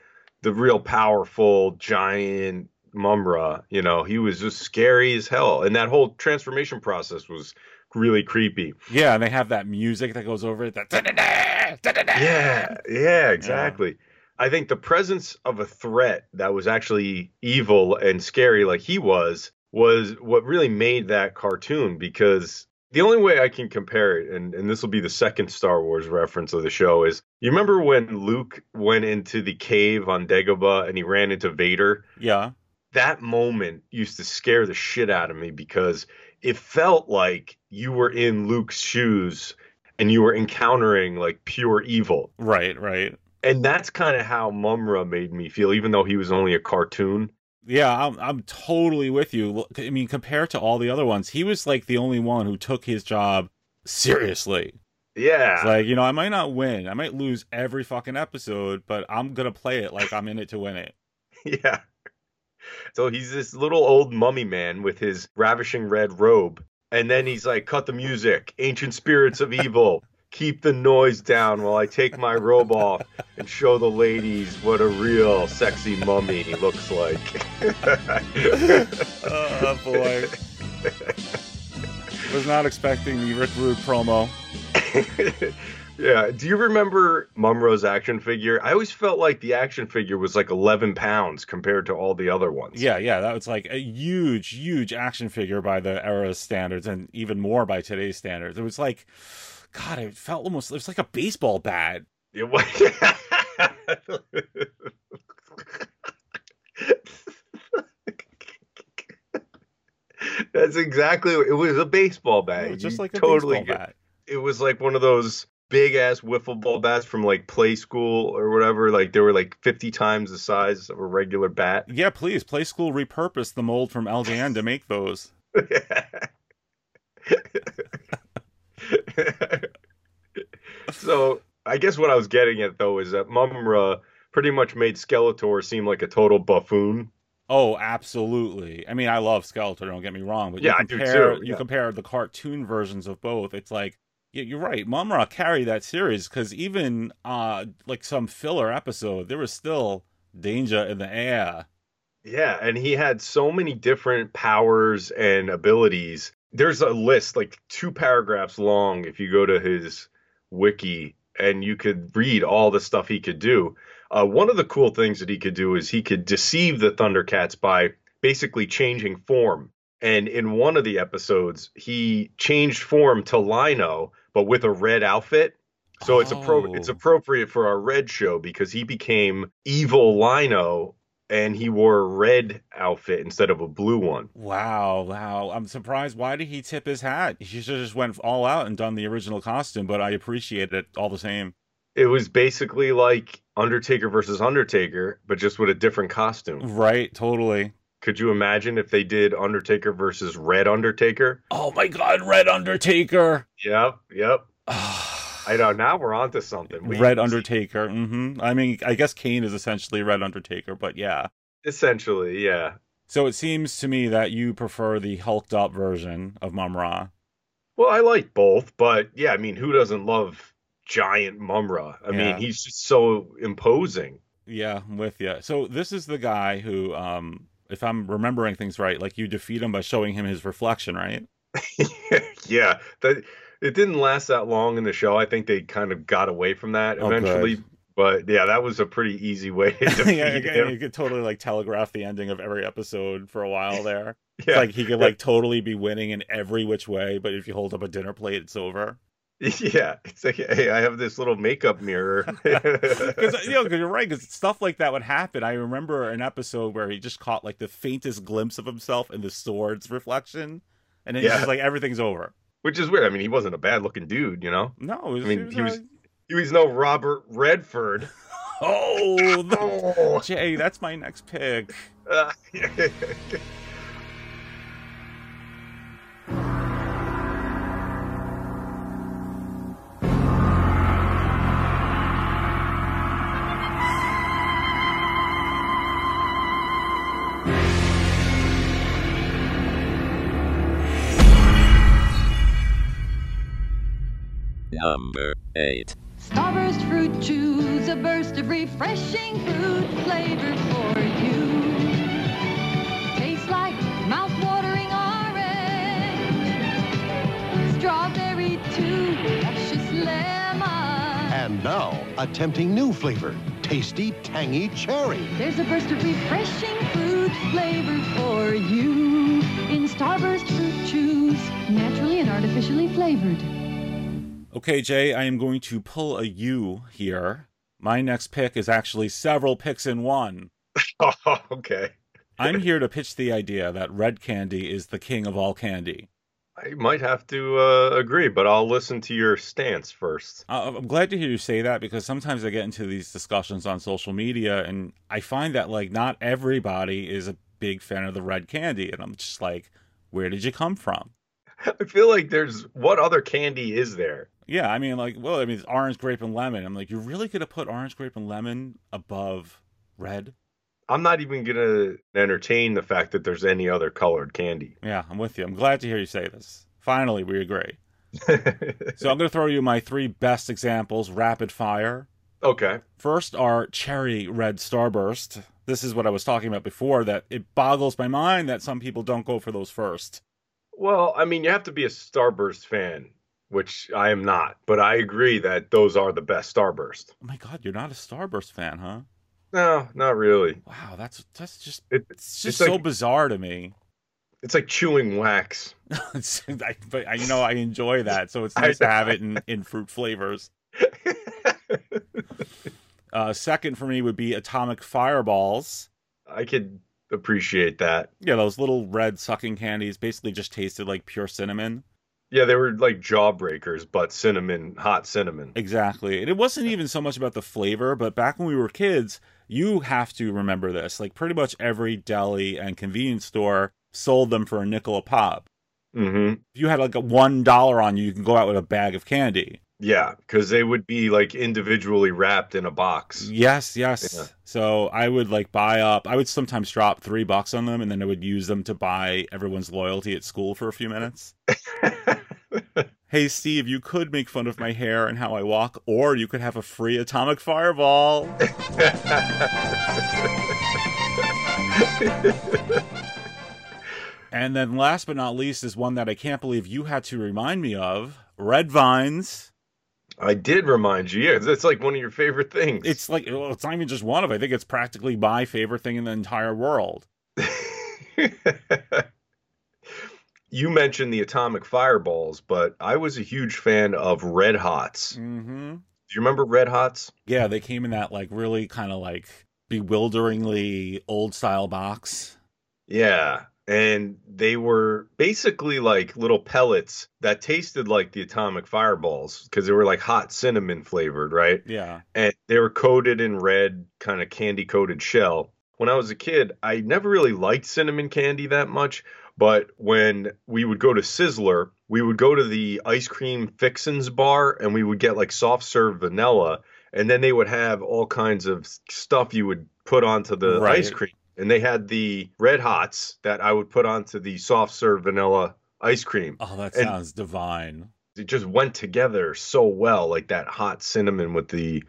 [SPEAKER 3] the real powerful giant Mumra, you know, he was just scary as hell. And that whole transformation process was really creepy.
[SPEAKER 4] Yeah, and they have that music that goes over it. That
[SPEAKER 3] yeah, yeah, exactly. I think the presence of a threat that was actually evil and scary, like he was, was what really made that cartoon. Because the only way I can compare it, and, and this will be the second Star Wars reference of the show, is you remember when Luke went into the cave on Dagobah and he ran into Vader?
[SPEAKER 4] Yeah.
[SPEAKER 3] that moment used to scare the shit out of me because it felt like you were in Luke's shoes and you were encountering like pure evil.
[SPEAKER 4] Right, right.
[SPEAKER 3] And that's kind of how Mumra made me feel, even though he was only a cartoon.
[SPEAKER 4] Yeah, I'm I'm totally with you. Look, I mean, compared to all the other ones, he was like the only one who took his job seriously.
[SPEAKER 3] Yeah.
[SPEAKER 4] It's like, you know, I might not win. I might lose every fucking episode, but I'm going to play it like I'm in it to win it.
[SPEAKER 3] yeah. So he's this little old mummy man with his ravishing red robe. And then he's like, cut the music, ancient spirits of evil. Keep the noise down while I take my robe off and show the ladies what a real sexy mummy looks like.
[SPEAKER 4] oh, boy. Was not expecting the Rick Rude promo.
[SPEAKER 3] yeah. Do you remember Mumro's action figure? I always felt like the action figure was like 11 pounds compared to all the other ones.
[SPEAKER 4] Yeah, yeah, that was like a huge, huge action figure by the era's standards, and even more by today's standards. It was like, God, it felt almost it was like a baseball bat.
[SPEAKER 3] It was. That's exactly what- it was a baseball bat.
[SPEAKER 4] was just
[SPEAKER 3] You
[SPEAKER 4] like a baseball
[SPEAKER 3] get-
[SPEAKER 4] bat.
[SPEAKER 3] It was like one of those big ass wiffle ball bats from like play school or whatever. Like they were like 50 times the size of a regular bat.
[SPEAKER 4] Yeah, please, Play School repurposed the mold from LJN to make those.
[SPEAKER 3] So I guess what I was getting at though is that Mumra pretty much made Skeletor seem like a total buffoon.
[SPEAKER 4] Oh, absolutely. I mean, I love Skeletor. Don't get me wrong, but
[SPEAKER 3] Yeah, I
[SPEAKER 4] you
[SPEAKER 3] do
[SPEAKER 4] compare
[SPEAKER 3] too,
[SPEAKER 4] you
[SPEAKER 3] yeah.
[SPEAKER 4] compare the cartoon versions of both. It's like yeah, you're right. Mumra carried that series because even uh like some filler episode, there was still danger in the air.
[SPEAKER 3] Yeah, and he had so many different powers and abilities. There's a list like two paragraphs long if you go to his wiki and you could read all the stuff he could do. Uh, one of the cool things that he could do is he could deceive the Thundercats by basically changing form. And in one of the episodes, he changed form to Lino, but with a red outfit. So it's appro- it's appropriate for our red show because he became evil Lino and he wore a red outfit instead of a blue one.
[SPEAKER 4] Wow, wow. I'm surprised. Why did he tip his hat? He should have just went all out and done the original costume, but I appreciate it all the same.
[SPEAKER 3] It was basically like Undertaker versus Undertaker, but just with a different costume.
[SPEAKER 4] Right, totally.
[SPEAKER 3] Could you imagine if they did Undertaker versus Red Undertaker?
[SPEAKER 4] Oh my god, Red Undertaker.
[SPEAKER 3] Yep, yep. I know. Now we're onto something. We-
[SPEAKER 4] Red Undertaker. hmm I mean, I guess Kane is essentially Red Undertaker, but yeah.
[SPEAKER 3] essentially, yeah.
[SPEAKER 4] So it seems to me that you prefer the hulked up version of Mumra.
[SPEAKER 3] Well, I like both, but yeah, I mean, who doesn't love giant Mumra? I
[SPEAKER 4] Yeah.
[SPEAKER 3] mean, he's just so imposing.
[SPEAKER 4] Yeah, I'm with you. So this is the guy who, um, if I'm remembering things right, like you defeat him by showing him his reflection, right?
[SPEAKER 3] Yeah, that it didn't last that long in the show. I think they kind of got away from that
[SPEAKER 4] Oh, good.
[SPEAKER 3] eventually. But yeah, that was a pretty easy way to defeat
[SPEAKER 4] yeah, you, could- you
[SPEAKER 3] him.
[SPEAKER 4] could totally like telegraph the ending of every episode for a while there. It's
[SPEAKER 3] Yeah.
[SPEAKER 4] like he could like totally be winning in every which way, but if you hold up a dinner plate, it's over.
[SPEAKER 3] Yeah, it's like, hey, I have this little makeup mirror.
[SPEAKER 4] Because you know, 'cause you're right. Because stuff like that would happen. I remember an episode where he just caught like the faintest glimpse of himself in the sword's reflection, and then he's
[SPEAKER 3] Yeah.
[SPEAKER 4] just like, everything's over.
[SPEAKER 3] Which is weird. I mean, he wasn't a bad looking dude, you know?
[SPEAKER 4] No, it was-
[SPEAKER 3] I mean,
[SPEAKER 4] it was uh,
[SPEAKER 3] he was
[SPEAKER 4] a-
[SPEAKER 3] he was no Robert Redford.
[SPEAKER 4] Oh, the- Jay, that's my next pick.
[SPEAKER 1] Number 8.
[SPEAKER 20] Starburst fruit chews, a burst of refreshing fruit flavor for you. Tastes like mouth-watering orange, strawberry too, luscious lemon.
[SPEAKER 5] And now, a tempting new flavor tasty, tangy cherry.
[SPEAKER 20] There's a burst of refreshing fruit flavor for you in Starburst fruit chews, naturally and artificially flavored.
[SPEAKER 4] Okay, Jay, I am going to pull a U here. My next pick is actually several picks in one.
[SPEAKER 3] okay.
[SPEAKER 4] I'm here to pitch the idea that red candy is the king of all candy.
[SPEAKER 3] I might have to uh, agree, but I'll listen to your stance first.
[SPEAKER 4] Uh, I'm glad to hear you say that because sometimes I get into these discussions on social media and I find that like not everybody is a big fan of the red candy and I'm just like where did you come from?
[SPEAKER 3] I feel like there's what other candy is there?
[SPEAKER 4] Yeah, I mean like well I mean it's orange grape and lemon. I'm like you're really going to put orange grape and lemon above red?
[SPEAKER 3] I'm not even going to entertain the fact that there's any other colored candy.
[SPEAKER 4] Yeah, I'm with you. I'm glad to hear you say this. Finally, we agree. so I'm going to throw you my three best examples rapid fire.
[SPEAKER 3] Okay.
[SPEAKER 4] First are cherry red starburst. This is what I was talking about before that it boggles my mind that some people don't go for those first.
[SPEAKER 3] Well, I mean, you have to be a Starburst fan, which I am not, but I agree that those are the best Starburst.
[SPEAKER 4] Oh my god, you're not a starburst fan, huh?
[SPEAKER 3] No, not really.
[SPEAKER 4] Wow, that's that's just
[SPEAKER 3] It-
[SPEAKER 4] it's just
[SPEAKER 3] like-
[SPEAKER 4] so bizarre to me.
[SPEAKER 3] It's like chewing wax.
[SPEAKER 4] It's- I, but I, you know, I enjoy that, so it's nice to have it in, in fruit flavors. Uh, second for me would be atomic fireballs.
[SPEAKER 3] I could appreciate that.
[SPEAKER 4] Yeah, those little red sucking candies basically just tasted like pure cinnamon.
[SPEAKER 3] Yeah, they were like jawbreakers, but cinnamon, hot cinnamon.
[SPEAKER 4] Exactly. And it wasn't even so much about the flavor, but back when we were kids, you have to remember this. Like pretty much every deli and convenience store sold them for a nickel a pop.
[SPEAKER 3] Mm-hmm.
[SPEAKER 4] If you had like a one dollar on you, you can go out with a bag of candy.
[SPEAKER 3] Yeah, because they would be like individually wrapped in a box.
[SPEAKER 4] Yes, yes.
[SPEAKER 3] Yeah.
[SPEAKER 4] So I would like buy up. I would sometimes drop three bucks on them, and then I would use them to buy everyone's loyalty at school for a few minutes. hey, Steve, you could make fun of my hair and how I walk, or you could have a free atomic fireball. and then, last but not least, is one that I can't believe you had to remind me of: red vines.
[SPEAKER 3] I did remind you. Yeah, that's like one of your favorite things.
[SPEAKER 4] It's like well, it's not even just one of. I think it's practically my favorite thing in the entire world.
[SPEAKER 3] You mentioned the atomic fireballs, but I was a huge fan of Red Hots.
[SPEAKER 4] Mm-hmm.
[SPEAKER 3] Do you remember Red Hots?
[SPEAKER 4] Yeah, they came in that like really kind of like bewilderingly old style box.
[SPEAKER 3] Yeah. And they were basically like little pellets that tasted like the atomic fireballs because they were like hot cinnamon flavored, right?
[SPEAKER 4] Yeah.
[SPEAKER 3] and they were coated in red kind of candy coated shell when i was a kid i never really liked cinnamon candy that much but when we would go to sizzler we would go to the ice cream fixins bar and we would get like soft serve vanilla and then they would have all kinds of s- stuff you would put onto the
[SPEAKER 4] Right.
[SPEAKER 3] ice cream and they had the red hots that i would put onto the soft serve vanilla ice cream
[SPEAKER 4] Oh, that
[SPEAKER 3] And-
[SPEAKER 4] sounds divine.
[SPEAKER 3] it just went together so well, like that hot cinnamon with the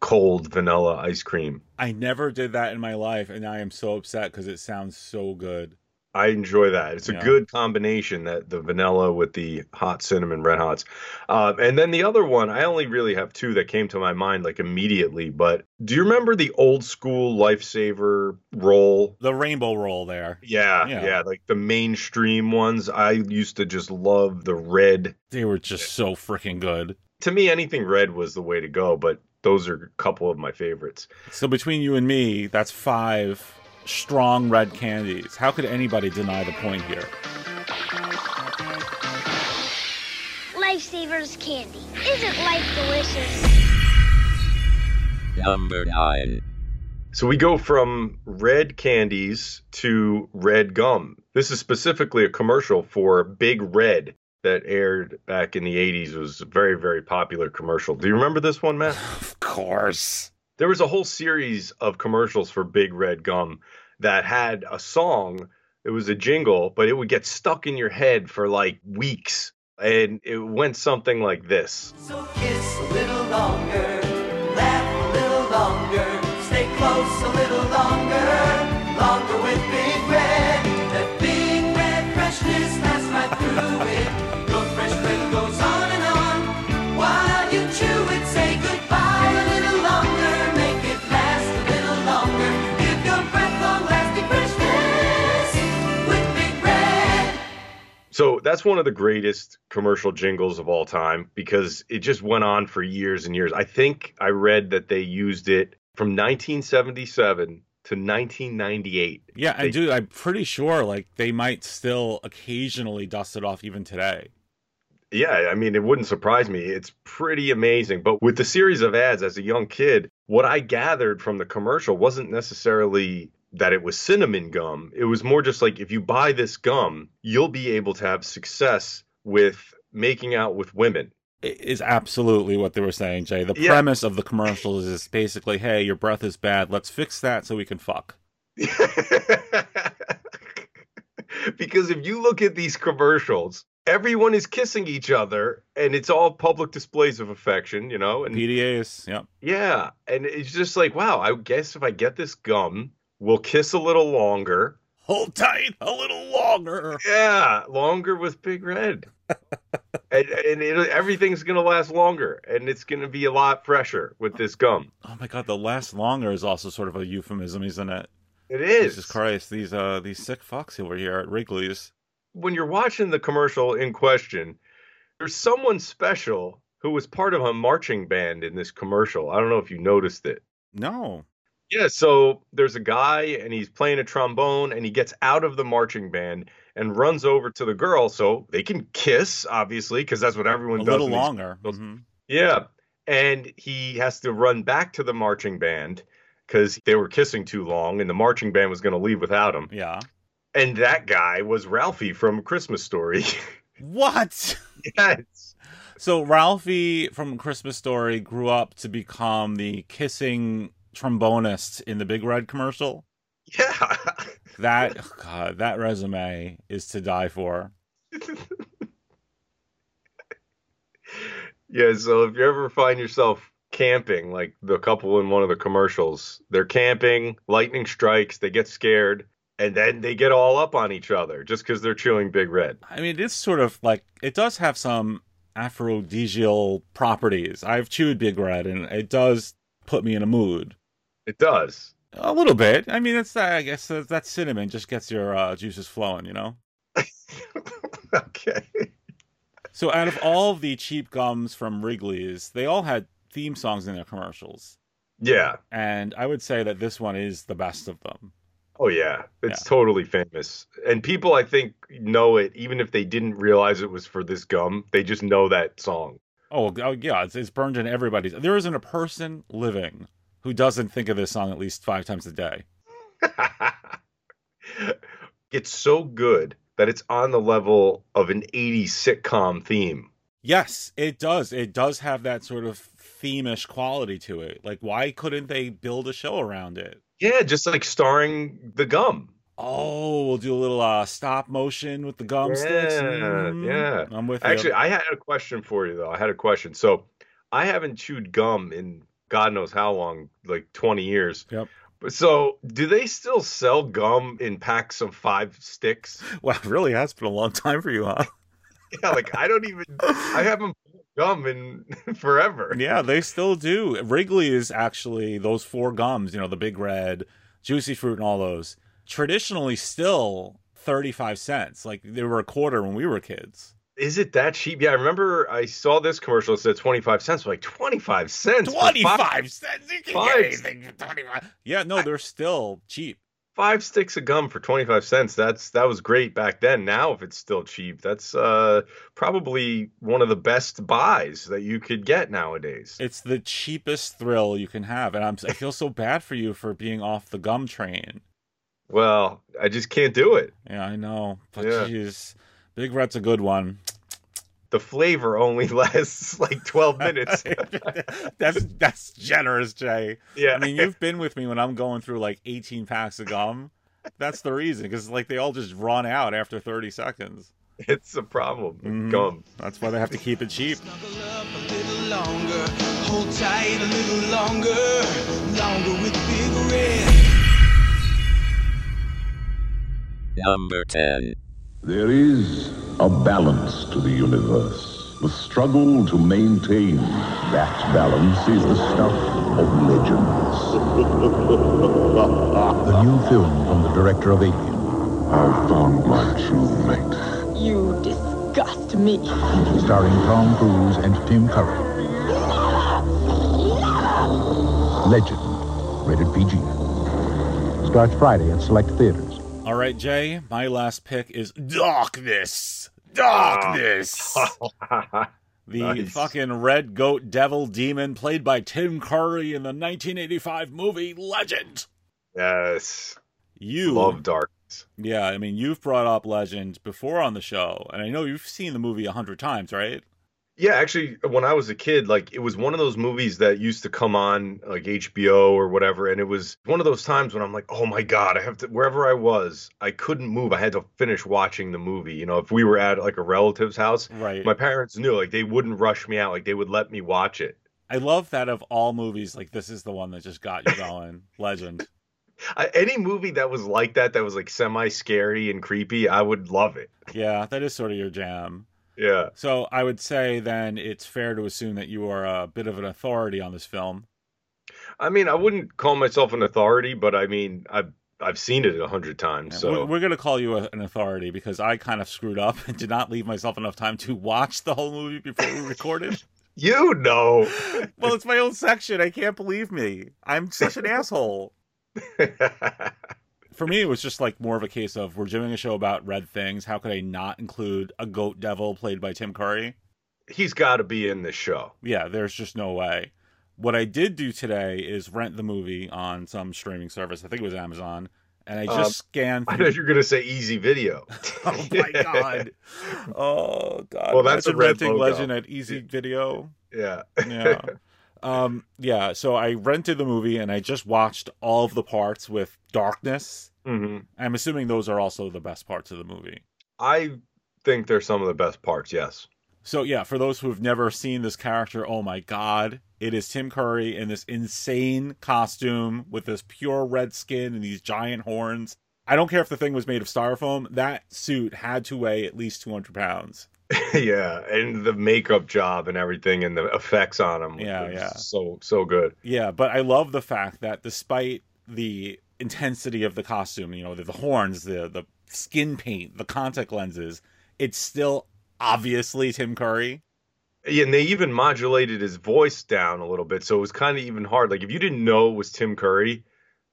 [SPEAKER 3] cold vanilla ice cream.
[SPEAKER 4] I never did that in my life, and I am so upset because it sounds so good.
[SPEAKER 3] I enjoy that. It's
[SPEAKER 4] Yeah.
[SPEAKER 3] a good combination that the vanilla with the hot cinnamon red hots. Uh, and then the other one, I only really have two that came to my mind like immediately. But do you remember the old school lifesaver roll?
[SPEAKER 4] The rainbow roll there.
[SPEAKER 3] Yeah,
[SPEAKER 4] Yeah.
[SPEAKER 3] yeah, like the mainstream ones. I used to just love the red.
[SPEAKER 4] They were just so freaking good.
[SPEAKER 3] To me, anything red was the way to go. But those are a couple of my favorites.
[SPEAKER 4] So between you and me, that's five strong red candies. How could anybody deny the point here?
[SPEAKER 6] Lifesavers candy. Isn't life delicious?
[SPEAKER 1] Number 9.
[SPEAKER 3] So we go from red candies to red gum. This is specifically a commercial for Big Red that aired back in the 80s. It was a very, very popular commercial. Do you remember this one, Matt?
[SPEAKER 4] Of course.
[SPEAKER 3] There was a whole series of commercials for Big Red Gum that had a song. It was a jingle, but it would get stuck in your head for like weeks. and it went something like this.
[SPEAKER 2] So kiss a little longer, laugh a little longer, stay close a little longer, longer with Big Red. That Big Red freshness lasts right through it. Your fresh breath goes on and on while you chew it. Say goodbye a little longer, make it last a little longer. Give your breath long-lasting freshness with Big Red.
[SPEAKER 3] So that's one of the greatest commercial jingles of all time because it just went on for years and years. I think I read that they used it from 1977 to 1998.
[SPEAKER 4] Yeah, and dude, I'm pretty sure like they might still occasionally dust it off even today.
[SPEAKER 3] Yeah, I mean, it wouldn't surprise me. It's pretty amazing. But with the series of ads as a young kid, what I gathered from the commercial wasn't necessarily that it was cinnamon gum. It was more just like if you buy this gum, you'll be able to have success with making out with women.
[SPEAKER 4] It is absolutely what they were saying, Jay. The
[SPEAKER 3] Yeah.
[SPEAKER 4] premise of the commercials is basically, hey, your breath is bad. Let's fix that so we can fuck.
[SPEAKER 3] because if you look at these commercials, everyone is kissing each other and it's all public displays of affection, you know? And
[SPEAKER 4] PDAs, yep.
[SPEAKER 3] Yeah. And it's just like, wow, I guess if I get this gum, we'll kiss a little longer.
[SPEAKER 4] Hold tight a little longer.
[SPEAKER 3] Yeah, longer with Big Red. and and it, everything's going to last longer and it's going to be a lot fresher with this gum.
[SPEAKER 4] Oh my god, the last longer is also sort of a euphemism, isn't it?
[SPEAKER 3] It is.
[SPEAKER 4] Jesus Christ, these uh these sick fucks over here at Wrigley's.
[SPEAKER 3] when you're watching the commercial in question, there's someone special who was part of a marching band in this commercial. I don't know if you noticed it.
[SPEAKER 4] No.
[SPEAKER 3] Yeah, so there's a guy and he's playing a trombone and he gets out of the marching band and runs over to the girl so they can kiss, obviously, because that's what everyone
[SPEAKER 4] A
[SPEAKER 3] does.
[SPEAKER 4] little
[SPEAKER 3] in these-
[SPEAKER 4] longer. Mhm.
[SPEAKER 3] Yeah. And he has to run back to the marching band because they were kissing too long and the marching band was going to leave without him.
[SPEAKER 4] Yeah.
[SPEAKER 3] And that guy was Ralphie from Christmas Story.
[SPEAKER 4] What?
[SPEAKER 3] Yes.
[SPEAKER 4] So Ralphie from Christmas Story grew up to become the kissing trombonist in the Big Red commercial.
[SPEAKER 3] Yeah.
[SPEAKER 4] That oh God, that resume is to die for.
[SPEAKER 3] Yeah, so if you ever find yourself camping, like the couple in one of the commercials, they're camping, lightning strikes, they get scared, and then they get all up on each other just because they're chewing Big Red.
[SPEAKER 4] I mean, it's sort of like it does have some aphrodisial properties. I've chewed Big Red, and it does put me in a mood.
[SPEAKER 3] It does
[SPEAKER 4] a little bit. I mean, it's I guess that, that cinnamon just gets your uh, juices flowing, you know.
[SPEAKER 3] okay.
[SPEAKER 4] So, out of all the cheap gums from Wrigley's, they all had theme songs in their commercials,
[SPEAKER 3] Yeah.
[SPEAKER 4] and I would say that this one is the best of them.
[SPEAKER 3] Oh, yeah. It's totally famous. And people, I think, know it even if they didn't realize it was for this gum. They just know that song.
[SPEAKER 4] Oh, oh yeah, it's, it's burned in everybody's. There isn't a person living who doesn't think of this song at least five times a day.
[SPEAKER 3] It's so good that it's on the level of an 80s sitcom theme.
[SPEAKER 4] Yes, it does. It does have that sort of themish quality to it. Like, why couldn't they build a show around it?
[SPEAKER 3] Yeah, just like starring the gum.
[SPEAKER 4] Oh, we'll do a little uh, stop motion with the gum sticks.
[SPEAKER 3] Yeah,
[SPEAKER 4] Mm,
[SPEAKER 3] yeah.
[SPEAKER 4] I'm with you.
[SPEAKER 3] Actually, I had a question for you though. I had a question. So I haven't chewed gum in God knows how long, like 20 years.
[SPEAKER 4] Yep.
[SPEAKER 3] But so do they still sell gum in packs of five sticks?
[SPEAKER 4] Wow, it really has been a long time for you, huh?
[SPEAKER 3] Yeah, like I don't even I haven't bought gum in forever.
[SPEAKER 4] yeah, they still do. Wrigley is actually those four gums, you know, the big red, juicy fruit, and all those. Traditionally, still 35 cents. Like they were a quarter when we were kids.
[SPEAKER 3] Is it that cheap? Yeah, I remember I saw this commercial it said 25 cents. I'm like 25 cents. for
[SPEAKER 4] 25
[SPEAKER 3] five-
[SPEAKER 4] cents? You can
[SPEAKER 3] Five.
[SPEAKER 4] get anything for 25. Yeah, no, they're still cheap.
[SPEAKER 3] five sticks of gum for 25 cents that's that was great back then now if it's still cheap that's uh probably one of the best buys that you could get nowadays
[SPEAKER 4] It's the cheapest thrill you can have. And I'm, I feel so bad for you for being off the gum train.
[SPEAKER 3] well i just can't do it
[SPEAKER 4] Yeah, I know. But
[SPEAKER 3] Yeah.
[SPEAKER 4] jeez, Big Red's a good one.
[SPEAKER 3] the flavor only lasts like 12 minutes
[SPEAKER 4] that's that's generous, Jay.
[SPEAKER 3] Yeah.
[SPEAKER 4] I mean, you've been with me when I'm going through like 18 packs of gum. That's the reason, because like they all just run out after 30 seconds.
[SPEAKER 3] It's a problem with gum.
[SPEAKER 4] That's why they have to keep it cheap.
[SPEAKER 18] longer. Hold tight a little longer. Longer with Big Red.
[SPEAKER 1] Number 10.
[SPEAKER 7] There is a balance to the universe. The struggle to maintain that balance is the stuff of legends. the new film from the director of Alien. I've found my true mate.
[SPEAKER 22] You disgust me.
[SPEAKER 7] Starring Tom Cruise and Tim Curry. Legend. Rated PG. Starts Friday at select theaters.
[SPEAKER 4] All right, Jay, my last pick is Darkness. Darkness. the
[SPEAKER 3] Ah, Nice.
[SPEAKER 4] fucking red goat devil demon played by Tim Curry in the 1985 movie Legend.
[SPEAKER 3] Yes.
[SPEAKER 4] You
[SPEAKER 3] love darkness.
[SPEAKER 4] Yeah, I mean, you've brought up Legend before on the show, and I know you've seen the movie a hundred times, right?
[SPEAKER 3] Yeah, actually, when I was a kid, like it was one of those movies that used to come on like HBO or whatever, and it was one of those times when I'm like, oh my God, I have to wherever I was, I couldn't move. I had to finish watching the movie. You know, if we were at like a relative's house,
[SPEAKER 4] Right.
[SPEAKER 3] my parents knew like they wouldn't rush me out, like they would let me watch it.
[SPEAKER 4] I love that of all movies, like this is the one that just got you going. Legend.
[SPEAKER 3] I, any movie that was like that, that was like semi scary and creepy, I would love it.
[SPEAKER 4] Yeah, that is sort of your jam.
[SPEAKER 3] Yeah.
[SPEAKER 4] So I would say then it's fair to assume that you are a bit of an authority on this film.
[SPEAKER 3] I mean, I wouldn't call myself an authority, but I mean, I've I've seen it a hundred times, so.
[SPEAKER 4] We're, we're going to call you a, an authority because I kind of screwed up and did not leave myself enough time to watch the whole movie before we recorded.
[SPEAKER 3] You know.
[SPEAKER 4] well, it's my own section. I can't believe me. I'm such an asshole. For me, it was just like more of a case of we're doing a show about red things. How could I not include a goat devil played by Tim Curry?
[SPEAKER 3] He's got to be in the show.
[SPEAKER 4] Yeah, there's just no way. What I did do today is rent the movie on some streaming service. I think it was Amazon. And I just
[SPEAKER 3] Um,
[SPEAKER 4] scanned.
[SPEAKER 3] I
[SPEAKER 4] through-
[SPEAKER 3] thought you were gonna say Easy Video.
[SPEAKER 4] oh my god! Oh god!
[SPEAKER 3] Well, that's a
[SPEAKER 4] Imagine
[SPEAKER 3] red
[SPEAKER 4] renting
[SPEAKER 3] logo.
[SPEAKER 4] legend at Easy Video.
[SPEAKER 3] Yeah.
[SPEAKER 4] Yeah. um. Yeah. So I rented the movie and I just watched all of the parts with darkness.
[SPEAKER 3] Mhm.
[SPEAKER 4] I'm assuming those are also the best parts of the movie.
[SPEAKER 3] I think they're some of the best parts. Yes.
[SPEAKER 4] So yeah, for those who have never seen this character, oh my god, it is Tim Curry in this insane costume with this pure red skin and these giant horns. I don't care if the thing was made of styrofoam. That suit had to weigh at least 200 pounds.
[SPEAKER 3] yeah, and the makeup job and everything, and the effects on him.
[SPEAKER 4] Yeah,
[SPEAKER 3] was
[SPEAKER 4] yeah.
[SPEAKER 3] So so good.
[SPEAKER 4] Yeah, but I love the fact that despite the intensity of the costume, you know, the, the horns, the the skin paint, the contact lenses, it's still obviously Tim Curry.
[SPEAKER 3] Yeah, and they even modulated his voice down a little bit, so it was kind of even hard. Like if you didn't know it was Tim Curry,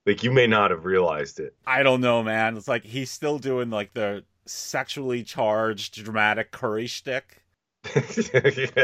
[SPEAKER 3] like you may not have realized it.
[SPEAKER 4] I don't know, man. It's like he's still doing like the sexually charged dramatic Curry shtick.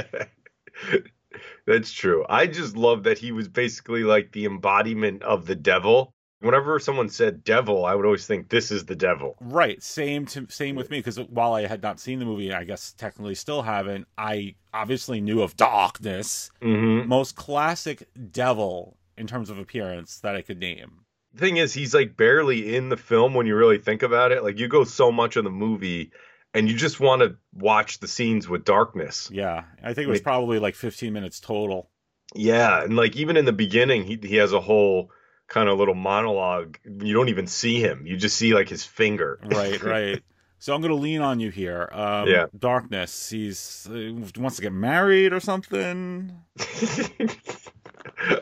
[SPEAKER 3] That's true. I just love that he was basically like the embodiment of the devil. Whenever someone said devil, I would always think this is the devil.
[SPEAKER 4] Right. Same to same with me because while I had not seen the movie, I guess technically still haven't. I obviously knew of Darkness,
[SPEAKER 3] Mhm.
[SPEAKER 4] most classic devil in terms of appearance that I could name.
[SPEAKER 3] thing is he's like barely in the film when you really think about it like you go so much in the movie and you just want to watch the scenes with darkness
[SPEAKER 4] yeah I think it was probably like 15 minutes total.
[SPEAKER 3] yeah and like even in the beginning he, he has a whole kind of little monologue you don't even see him you just see like his finger
[SPEAKER 4] Right, right. So I'm going to lean on you here. Um,
[SPEAKER 3] Yeah.
[SPEAKER 4] Darkness. He's uh, wants to get married or something.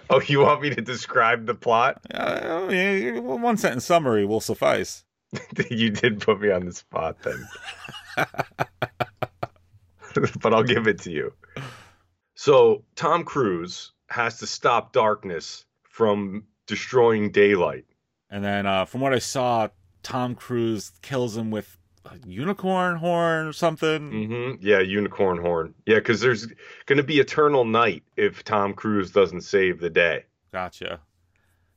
[SPEAKER 3] oh you want me to describe the plot
[SPEAKER 4] Uh, yeah, yeah, well, one sentence summary will suffice.
[SPEAKER 3] you did put me on the spot then but I'll give it to you. So Tom Cruise has to stop darkness from destroying daylight.
[SPEAKER 4] And then, uh, from what I saw, Tom Cruise kills him with a unicorn horn or something.
[SPEAKER 3] hmm Yeah, unicorn horn. Yeah, because there's going to be eternal night if Tom Cruise doesn't save the day.
[SPEAKER 4] Gotcha.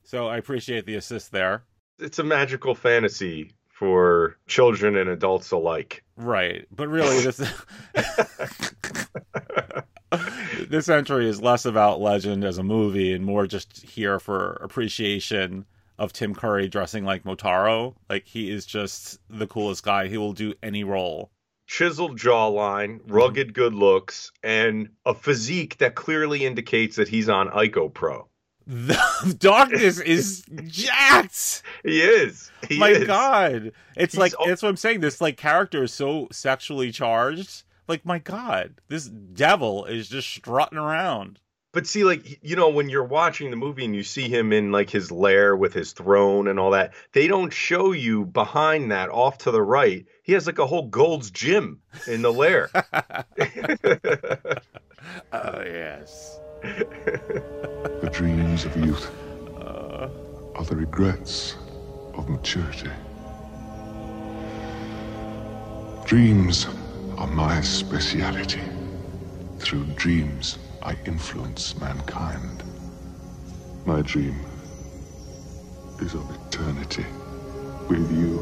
[SPEAKER 4] So I appreciate the assist there.
[SPEAKER 3] It's a magical fantasy for children and adults alike.
[SPEAKER 4] Right, but really, this this entry is less about Legend as a movie and more just here for appreciation of Tim Curry dressing like Motaro. Like he is just the coolest guy. He will do any role.
[SPEAKER 3] chiseled jawline,
[SPEAKER 4] Mm-hmm.
[SPEAKER 3] rugged good looks, and a physique that clearly indicates that he's on Ico Pro.
[SPEAKER 4] The darkness is jacked.
[SPEAKER 3] He is. He
[SPEAKER 4] My
[SPEAKER 3] is.
[SPEAKER 4] God, it's like that's what I'm saying. This like character is so sexually charged. Like my God, this devil is just strutting around.
[SPEAKER 3] But see, like you know, when you're watching the movie and you see him in like his lair with his throne and all that, they don't show you behind that off to the right. He has like a whole Gold's Gym in the lair.
[SPEAKER 4] oh yes.
[SPEAKER 7] The dreams of youth are the regrets of maturity. Dreams are my speciality. Through dreams, I influence mankind. My dream is of eternity with you.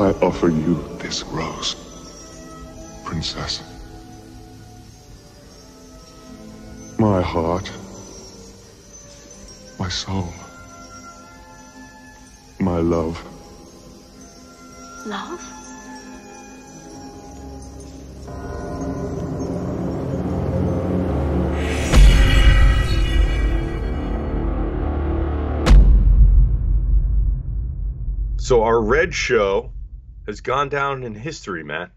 [SPEAKER 7] I offer you this rose, Princess. My heart. My soul. My love.
[SPEAKER 6] Love?
[SPEAKER 3] so our red show has gone down in history, Matt.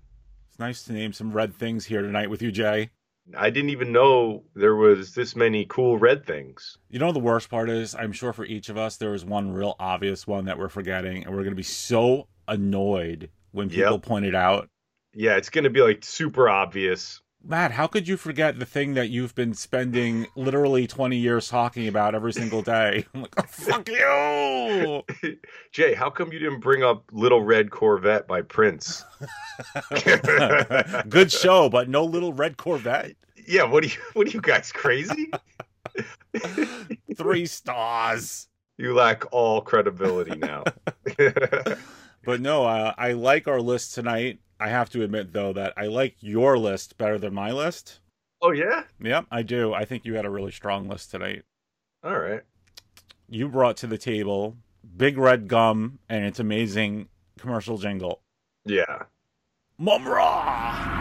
[SPEAKER 4] It's nice to name some red things here tonight with you, Jay.
[SPEAKER 3] I didn't even know there was this many cool red things.
[SPEAKER 4] You know the worst part is I'm sure for each of us there was one real obvious one that we're forgetting, and we're gonna be so annoyed when people point it out.
[SPEAKER 3] Yeah, it's gonna be like super obvious.
[SPEAKER 4] Matt, how could you forget the thing that you've been spending literally 20 years talking about every single day? I'm like, oh, fuck you!
[SPEAKER 3] Jay, how come you didn't bring up Little Red Corvette by Prince?
[SPEAKER 4] Good show, but no little red Corvette.
[SPEAKER 3] Yeah, what are you what are you guys crazy?
[SPEAKER 4] Three stars.
[SPEAKER 3] You lack all credibility now.
[SPEAKER 4] But no, uh, I like our list tonight. I have to admit, though, that I like your list better than my list.
[SPEAKER 3] oh yeah?
[SPEAKER 4] Yep, I do. I think you had a really strong list tonight.
[SPEAKER 3] All right.
[SPEAKER 4] You brought to the table Big Red Gum and its amazing commercial jingle.
[SPEAKER 3] Yeah.
[SPEAKER 4] Mum Ra!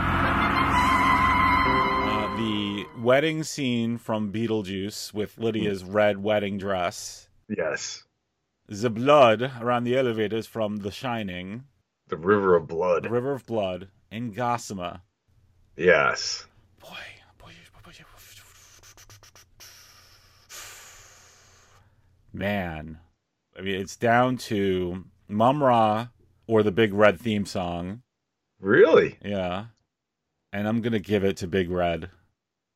[SPEAKER 4] Uh, the wedding scene from Beetlejuice with Lydia's red wedding dress.
[SPEAKER 3] Yes.
[SPEAKER 4] The blood around the elevators from The Shining.
[SPEAKER 3] The River of Blood.
[SPEAKER 4] The River of Blood. And Gossamer.
[SPEAKER 3] Yes.
[SPEAKER 4] Man. I mean, it's down to Mum Ra or the Big Red theme song.
[SPEAKER 3] Really?
[SPEAKER 4] Yeah. And I'm going to give it to Big Red.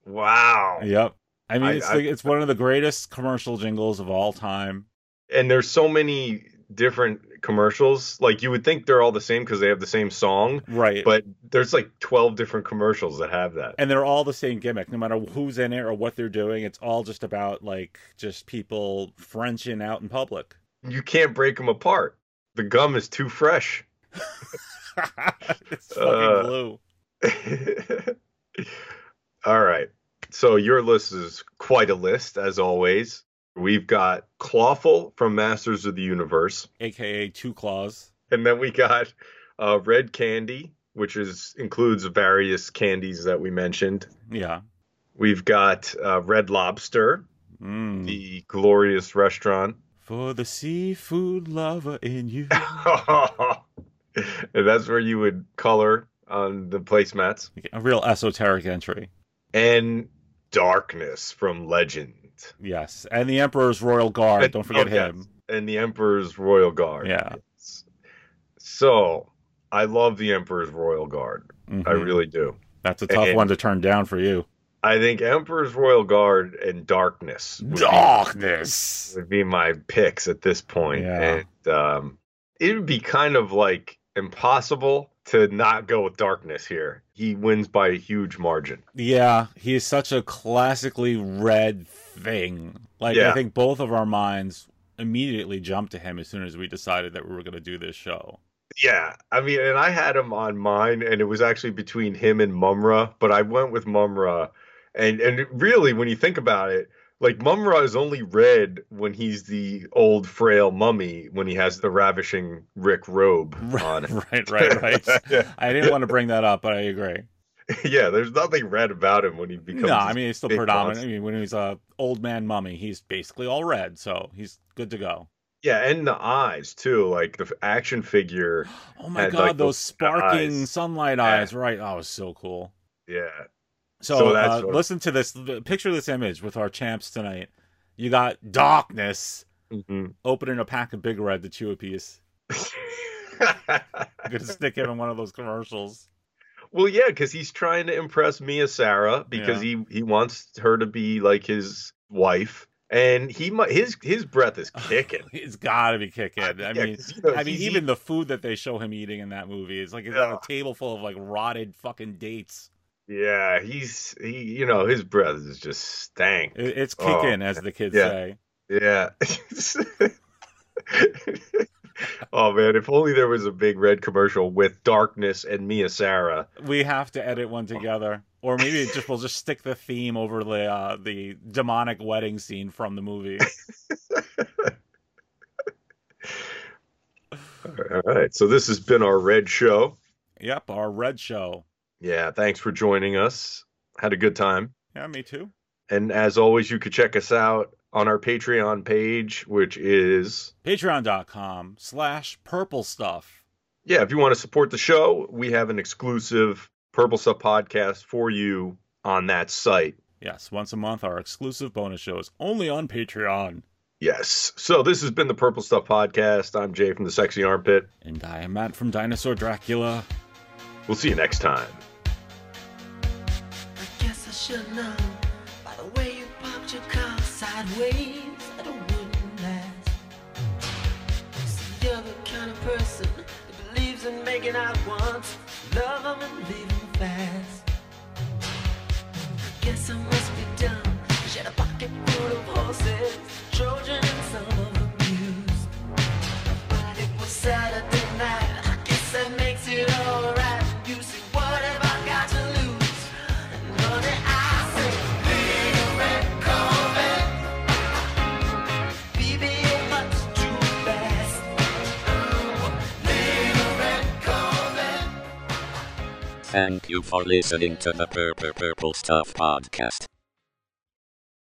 [SPEAKER 3] Wow.
[SPEAKER 4] Yep. I mean,
[SPEAKER 3] I-
[SPEAKER 4] it's,
[SPEAKER 3] I-
[SPEAKER 4] like, it's one of the greatest commercial jingles of all time.
[SPEAKER 3] And there's so many different commercials. Like you would think they're all the same because they have the same song.
[SPEAKER 4] Right.
[SPEAKER 3] But there's like 12 different commercials that have that.
[SPEAKER 4] and they're all the same gimmick no matter who's in it or what they're doing it's all just about like just people frenching out in public
[SPEAKER 3] You can't break them apart. The gum is too fresh.
[SPEAKER 4] it's fucking
[SPEAKER 3] Uh,
[SPEAKER 4] blue
[SPEAKER 3] All right. So your list is quite a list, as always. We've got Clawful from Masters of the Universe,
[SPEAKER 4] aka two claws
[SPEAKER 3] and then we got uh, Red Candy, which is includes various candies that we mentioned.
[SPEAKER 4] yeah
[SPEAKER 3] We've got uh, Red Lobster,
[SPEAKER 4] Mm.
[SPEAKER 3] the glorious restaurant,
[SPEAKER 4] for the seafood lover in you
[SPEAKER 3] and that's where you would color on the placemats.
[SPEAKER 4] a real esoteric entry
[SPEAKER 3] And Darkness from Legend.
[SPEAKER 4] yes and the emperor's royal guard don't forget
[SPEAKER 3] Oh, yes.
[SPEAKER 4] him
[SPEAKER 3] And the Emperor's Royal Guard.
[SPEAKER 4] yeah
[SPEAKER 3] So I love the Emperor's Royal Guard. I
[SPEAKER 4] Mhm.
[SPEAKER 3] really do.
[SPEAKER 4] that's a tough
[SPEAKER 3] And
[SPEAKER 4] one to turn down for you
[SPEAKER 3] I think Emperor's Royal Guard and Darkness would be-
[SPEAKER 4] Ah! Darkness.
[SPEAKER 3] would be my picks at this point.
[SPEAKER 4] Yeah.
[SPEAKER 3] And um, it would be kind of like impossible to not go with Darkness here. He wins by a huge margin.
[SPEAKER 4] Yeah, he is such a classically red thing. Like I
[SPEAKER 3] Yeah.
[SPEAKER 4] think both of our minds immediately jumped to him as soon as we decided that we were going to do this show.
[SPEAKER 3] Yeah, I mean, and I had him on mine, and it was actually between him and Mumra, but I went with Mumra, and and really, when you think about it, Like Mumra is only red when he's the old frail mummy when he has the ravishing Rick robe on.
[SPEAKER 4] right, right, right.
[SPEAKER 3] yeah.
[SPEAKER 4] I didn't want to bring that up, but I agree.
[SPEAKER 3] yeah, there's nothing red about him when he becomes.
[SPEAKER 4] no,
[SPEAKER 3] this
[SPEAKER 4] I mean it's still
[SPEAKER 3] big
[SPEAKER 4] predominant. I
[SPEAKER 3] monster.
[SPEAKER 4] mean when he's a old man mummy, he's basically all red, so he's good to go.
[SPEAKER 3] Yeah, and the eyes too. Like the f- action figure.
[SPEAKER 4] Oh my
[SPEAKER 3] had,
[SPEAKER 4] god,
[SPEAKER 3] like,
[SPEAKER 4] those sparking
[SPEAKER 3] eyes.
[SPEAKER 4] sunlight eyes, right? Oh, it's so cool.
[SPEAKER 3] Yeah.
[SPEAKER 4] So,
[SPEAKER 3] So that's
[SPEAKER 4] uh,
[SPEAKER 3] what-
[SPEAKER 4] listen to this. Picture this image with our champs tonight. You got darkness
[SPEAKER 3] Mm-hmm.
[SPEAKER 4] opening a pack of Big Red to chew a piece. I'm gonna stick him in one of those commercials.
[SPEAKER 3] Well, yeah, because he's trying to impress Mia Sarah because he he wants her to be like his wife, and he mu- his his breath is kicking.
[SPEAKER 4] It's gotta be kicking. I
[SPEAKER 3] Yeah,
[SPEAKER 4] mean,
[SPEAKER 3] 'cause, you know,
[SPEAKER 4] I mean,
[SPEAKER 3] he's
[SPEAKER 4] even the food that they show him eating in that movie is like it's on a table full of like rotted fucking dates.
[SPEAKER 3] yeah, he's he you know his breath is just stank.
[SPEAKER 4] It- it's
[SPEAKER 3] Oh,
[SPEAKER 4] kicking, as the kids
[SPEAKER 3] yeah.
[SPEAKER 4] say.
[SPEAKER 3] Yeah. oh man, if only there was a big red commercial with darkness and Mia Sarah.
[SPEAKER 4] We have to edit one together, or maybe it just we'll just stick the theme over the uh, the demonic wedding scene from the movie.
[SPEAKER 3] All right, so this has been our red show.
[SPEAKER 4] Yep, our red show.
[SPEAKER 3] Yeah, thanks for joining us. Had a good time.
[SPEAKER 4] Yeah, me too.
[SPEAKER 3] And as always, you could check us out on our Patreon page, which is
[SPEAKER 4] Patreon.com slash purple stuff.
[SPEAKER 3] yeah, if you want to support the show, we have an exclusive Purple Stuff podcast for you on that site.
[SPEAKER 4] Yes, once a month, our exclusive bonus shows only on Patreon.
[SPEAKER 3] Yes. So this has been the Purple Stuff podcast. I'm Jay from the Sexy Armpit.
[SPEAKER 4] And I am Matt from Dinosaur Dracula.
[SPEAKER 3] We'll see you next time.
[SPEAKER 2] Guess I should know by the way you popped your car sideways that it wouldn't last. It's the other kind of person that believes in making out once, love 'em and leave 'em fast. I guess I must be dumb. She had a pocket full of horses, Trojan and some of them used. But it was Saturday night. I guess that makes it alright. You see, what have I got to lose? Honey, I say, big red Corvette. BB, you're much too fast. Ooh, little red Corvette.
[SPEAKER 1] Thank you for listening to the Purple Purple Stuff podcast.